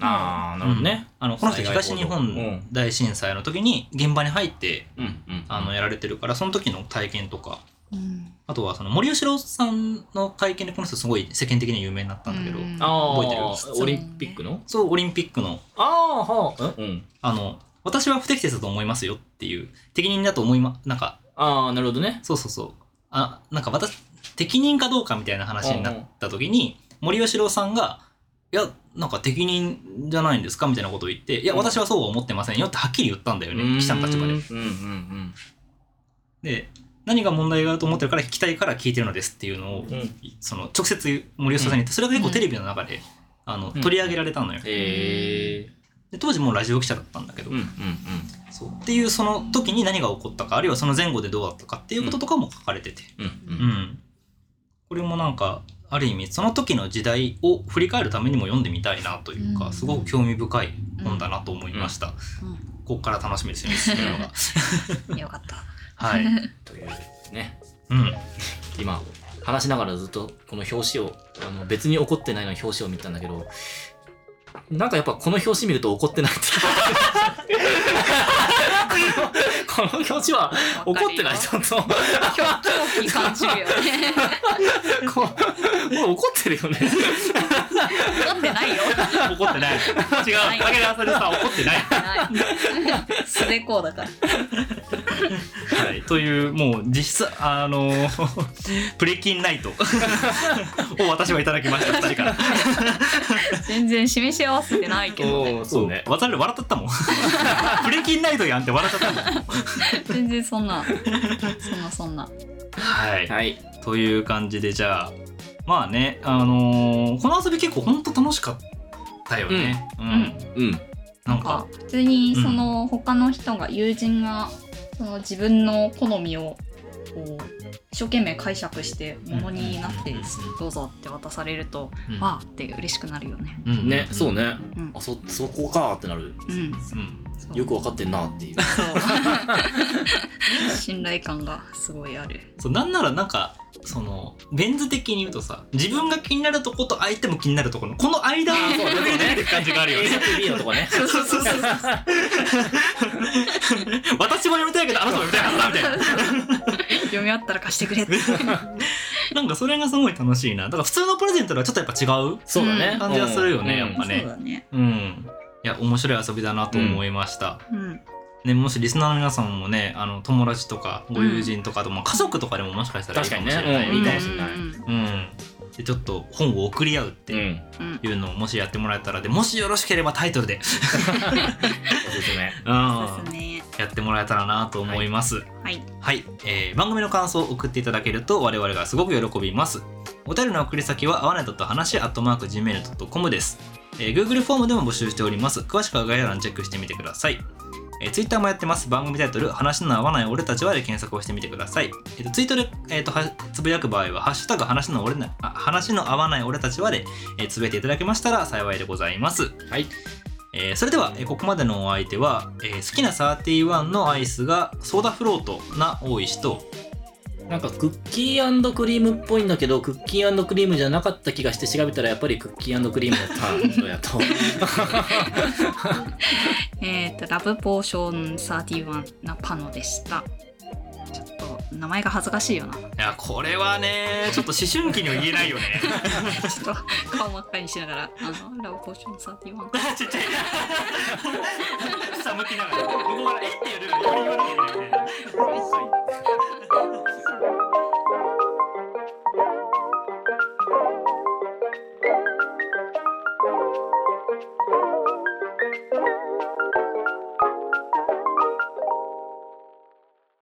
[SPEAKER 3] うん。ああ、なるほどね。
[SPEAKER 2] あのこの人
[SPEAKER 3] 災害
[SPEAKER 2] 東日
[SPEAKER 3] 報道うん
[SPEAKER 2] 本大震災の時に現場に入って
[SPEAKER 3] うんうん。
[SPEAKER 2] あのやられてるからその時の体験とか
[SPEAKER 1] うん
[SPEAKER 2] あとはその森喜朗さんの会見でこの人すごい世間的に有名になったんだけど、
[SPEAKER 1] うん
[SPEAKER 3] あ
[SPEAKER 2] 覚えてる
[SPEAKER 3] あ、オリンピックの
[SPEAKER 2] そうオリンピックの
[SPEAKER 3] ああ、はあ。うん。
[SPEAKER 2] あの私は不適切だと思いますよっていう適任だと思いまなんか
[SPEAKER 3] ああ、なるほどね。
[SPEAKER 2] そうそうそうあなんか私適任かどうかみたいな話になった時に、森喜朗さんが「いやなんか適任じゃないんですか?」みたいなことを言って「いや
[SPEAKER 3] うん
[SPEAKER 2] 私はそうは思ってませんよ」ってはっきり言ったんだよね記者の立場
[SPEAKER 3] う
[SPEAKER 2] で
[SPEAKER 3] ん。うんうん
[SPEAKER 2] で何が問題があると思ってるから聞きたいから聞いてるのですっていうのを、
[SPEAKER 3] うん。うん
[SPEAKER 2] その直接森喜朗さんに言ってそれが結構テレビの中で、あの
[SPEAKER 3] うん
[SPEAKER 2] 取り上げられたのよ。
[SPEAKER 3] え
[SPEAKER 2] で当時もうラジオ記者だったんだけど、
[SPEAKER 3] ー。うんうん
[SPEAKER 2] そうっていうその時に何が起こったかあるいはその前後でどうだったかっていうこととかも書かれてて、
[SPEAKER 3] うん。う
[SPEAKER 2] うんこれもなんかある意味その時の時代を振り返るためにも読んでみたいなというか、
[SPEAKER 1] うん
[SPEAKER 2] すごく興味深い本だなと思いました、ここから楽しみですね進めるのが
[SPEAKER 1] うん、よかった。 *laughs*
[SPEAKER 2] はい、
[SPEAKER 3] というね、
[SPEAKER 2] うん、
[SPEAKER 3] 今、話しながらずっとこの表紙を、あの別に怒ってないのに表紙を見たんだけど、なんかやっぱこの表紙見ると怒ってないってこの表紙は怒ってないちょっと
[SPEAKER 1] 狂狂気感じるよね。 *laughs*
[SPEAKER 3] こうもう怒ってるよね
[SPEAKER 1] 怒ってないよ。
[SPEAKER 2] 怒ってない違
[SPEAKER 1] う武
[SPEAKER 2] 田さんさ怒ってない
[SPEAKER 1] ない。 *laughs* 素でこうだから。
[SPEAKER 2] はい、というもう実質あの *laughs* プレキンナイトを私はいただきました2人から
[SPEAKER 1] 全然示し合わせてないけどね。
[SPEAKER 3] おそうね
[SPEAKER 2] 渡る笑っちゃったもんプレキンナイトやんって笑っちゃったもん
[SPEAKER 1] 全然そんな、そんなそんな。
[SPEAKER 2] はい
[SPEAKER 3] はい
[SPEAKER 2] という感じでじゃあまあねあのーこの遊び結構ほんと楽しかったよねうん、
[SPEAKER 3] うん
[SPEAKER 2] なん
[SPEAKER 1] か
[SPEAKER 2] か
[SPEAKER 1] 普通にその他の人が、友人がその自分の好みをこう一生懸命解釈してものになってどうぞって渡されると、
[SPEAKER 2] うん
[SPEAKER 1] わあって嬉しくなるよね。
[SPEAKER 2] うん
[SPEAKER 3] ねそうね
[SPEAKER 1] うん
[SPEAKER 3] あそそこかーってなる
[SPEAKER 1] うん、
[SPEAKER 2] うん
[SPEAKER 1] そう
[SPEAKER 3] よくわかってんなーっていう
[SPEAKER 1] そう *laughs* 信頼感がすごいある。
[SPEAKER 2] そうなんならなんかそのベン図的に言うとさ自分が気になるとこと相手も気になるとこのこの間を
[SPEAKER 3] あー *laughs* そう
[SPEAKER 2] 埋めてる感じがあるよ
[SPEAKER 3] A
[SPEAKER 2] ね
[SPEAKER 3] 作 B のとこね
[SPEAKER 2] そう
[SPEAKER 1] *laughs*
[SPEAKER 2] そうそうそう *laughs* 私も読みたいけどあなたも読みたいはずだみたいな
[SPEAKER 1] 読み終わったら貸してくれって。
[SPEAKER 3] *laughs*
[SPEAKER 2] なんかそれがすごい楽しいなだから普通のプレゼントとはちょっとやっぱ違う
[SPEAKER 3] そうだね、
[SPEAKER 1] うん
[SPEAKER 2] 感じはするよね
[SPEAKER 3] うん
[SPEAKER 2] やっぱね
[SPEAKER 1] そうだね。
[SPEAKER 2] うんいや面白い遊びだなと思いました、
[SPEAKER 1] うん。
[SPEAKER 2] ね、もしリスナーの皆さんもねあの友達とかご友人とかと、まあ、家族とかでももしかしたらいい
[SPEAKER 3] 確
[SPEAKER 2] か
[SPEAKER 3] かに
[SPEAKER 2] もしれない、
[SPEAKER 3] ねうんいいかもしれない
[SPEAKER 1] うんうん
[SPEAKER 2] うん、でちょっと本を送り合うって
[SPEAKER 3] う
[SPEAKER 2] い
[SPEAKER 3] ん
[SPEAKER 1] うん
[SPEAKER 2] うのをもしやってもらえたらでもしよろしければタイトルで、
[SPEAKER 3] おすすめ
[SPEAKER 2] う
[SPEAKER 1] そ
[SPEAKER 2] ん、
[SPEAKER 1] う
[SPEAKER 2] や
[SPEAKER 1] ですね。
[SPEAKER 2] ってもらえたらなと思います、
[SPEAKER 1] はい。
[SPEAKER 2] はい、えー番組の感想を送っていただけると我々がすごく喜びますお便りの送り先は合わないと話アットマーク Gmail.com です、えー Google フォームでも募集しております詳しくは概要欄チェックしてみてくださいえー Twitter もやってます番組タイトル「話の合わない俺たちは」で検索をしてみてください、えーとツイートで、えーとはつぶやく場合は「ハッシュタグ話の俺なあ話の合わない俺たちはで」えーつぶやいていただけましたら幸いでございます
[SPEAKER 3] はい
[SPEAKER 2] えーそれでは、えーここまでのお相手は、えー好きな31のアイスがソーダフロートな大石と
[SPEAKER 3] なんかクッキークリームっぽいんだけどクッキークリームじゃなかった気がして調べたらやっぱりクッキークリーム *laughs* だったのやと
[SPEAKER 1] えっ、と、ラブポーション31なパノでした。ちょっと、名前が恥ずかしいよな。ちょ
[SPEAKER 2] いやこれはねちょっと思春期には言えないよね
[SPEAKER 1] っと、顔真っ赤にしながら、あの、ラブポーション31。
[SPEAKER 2] ちっちゃい下向きながら向こうから「えっ?」て言うより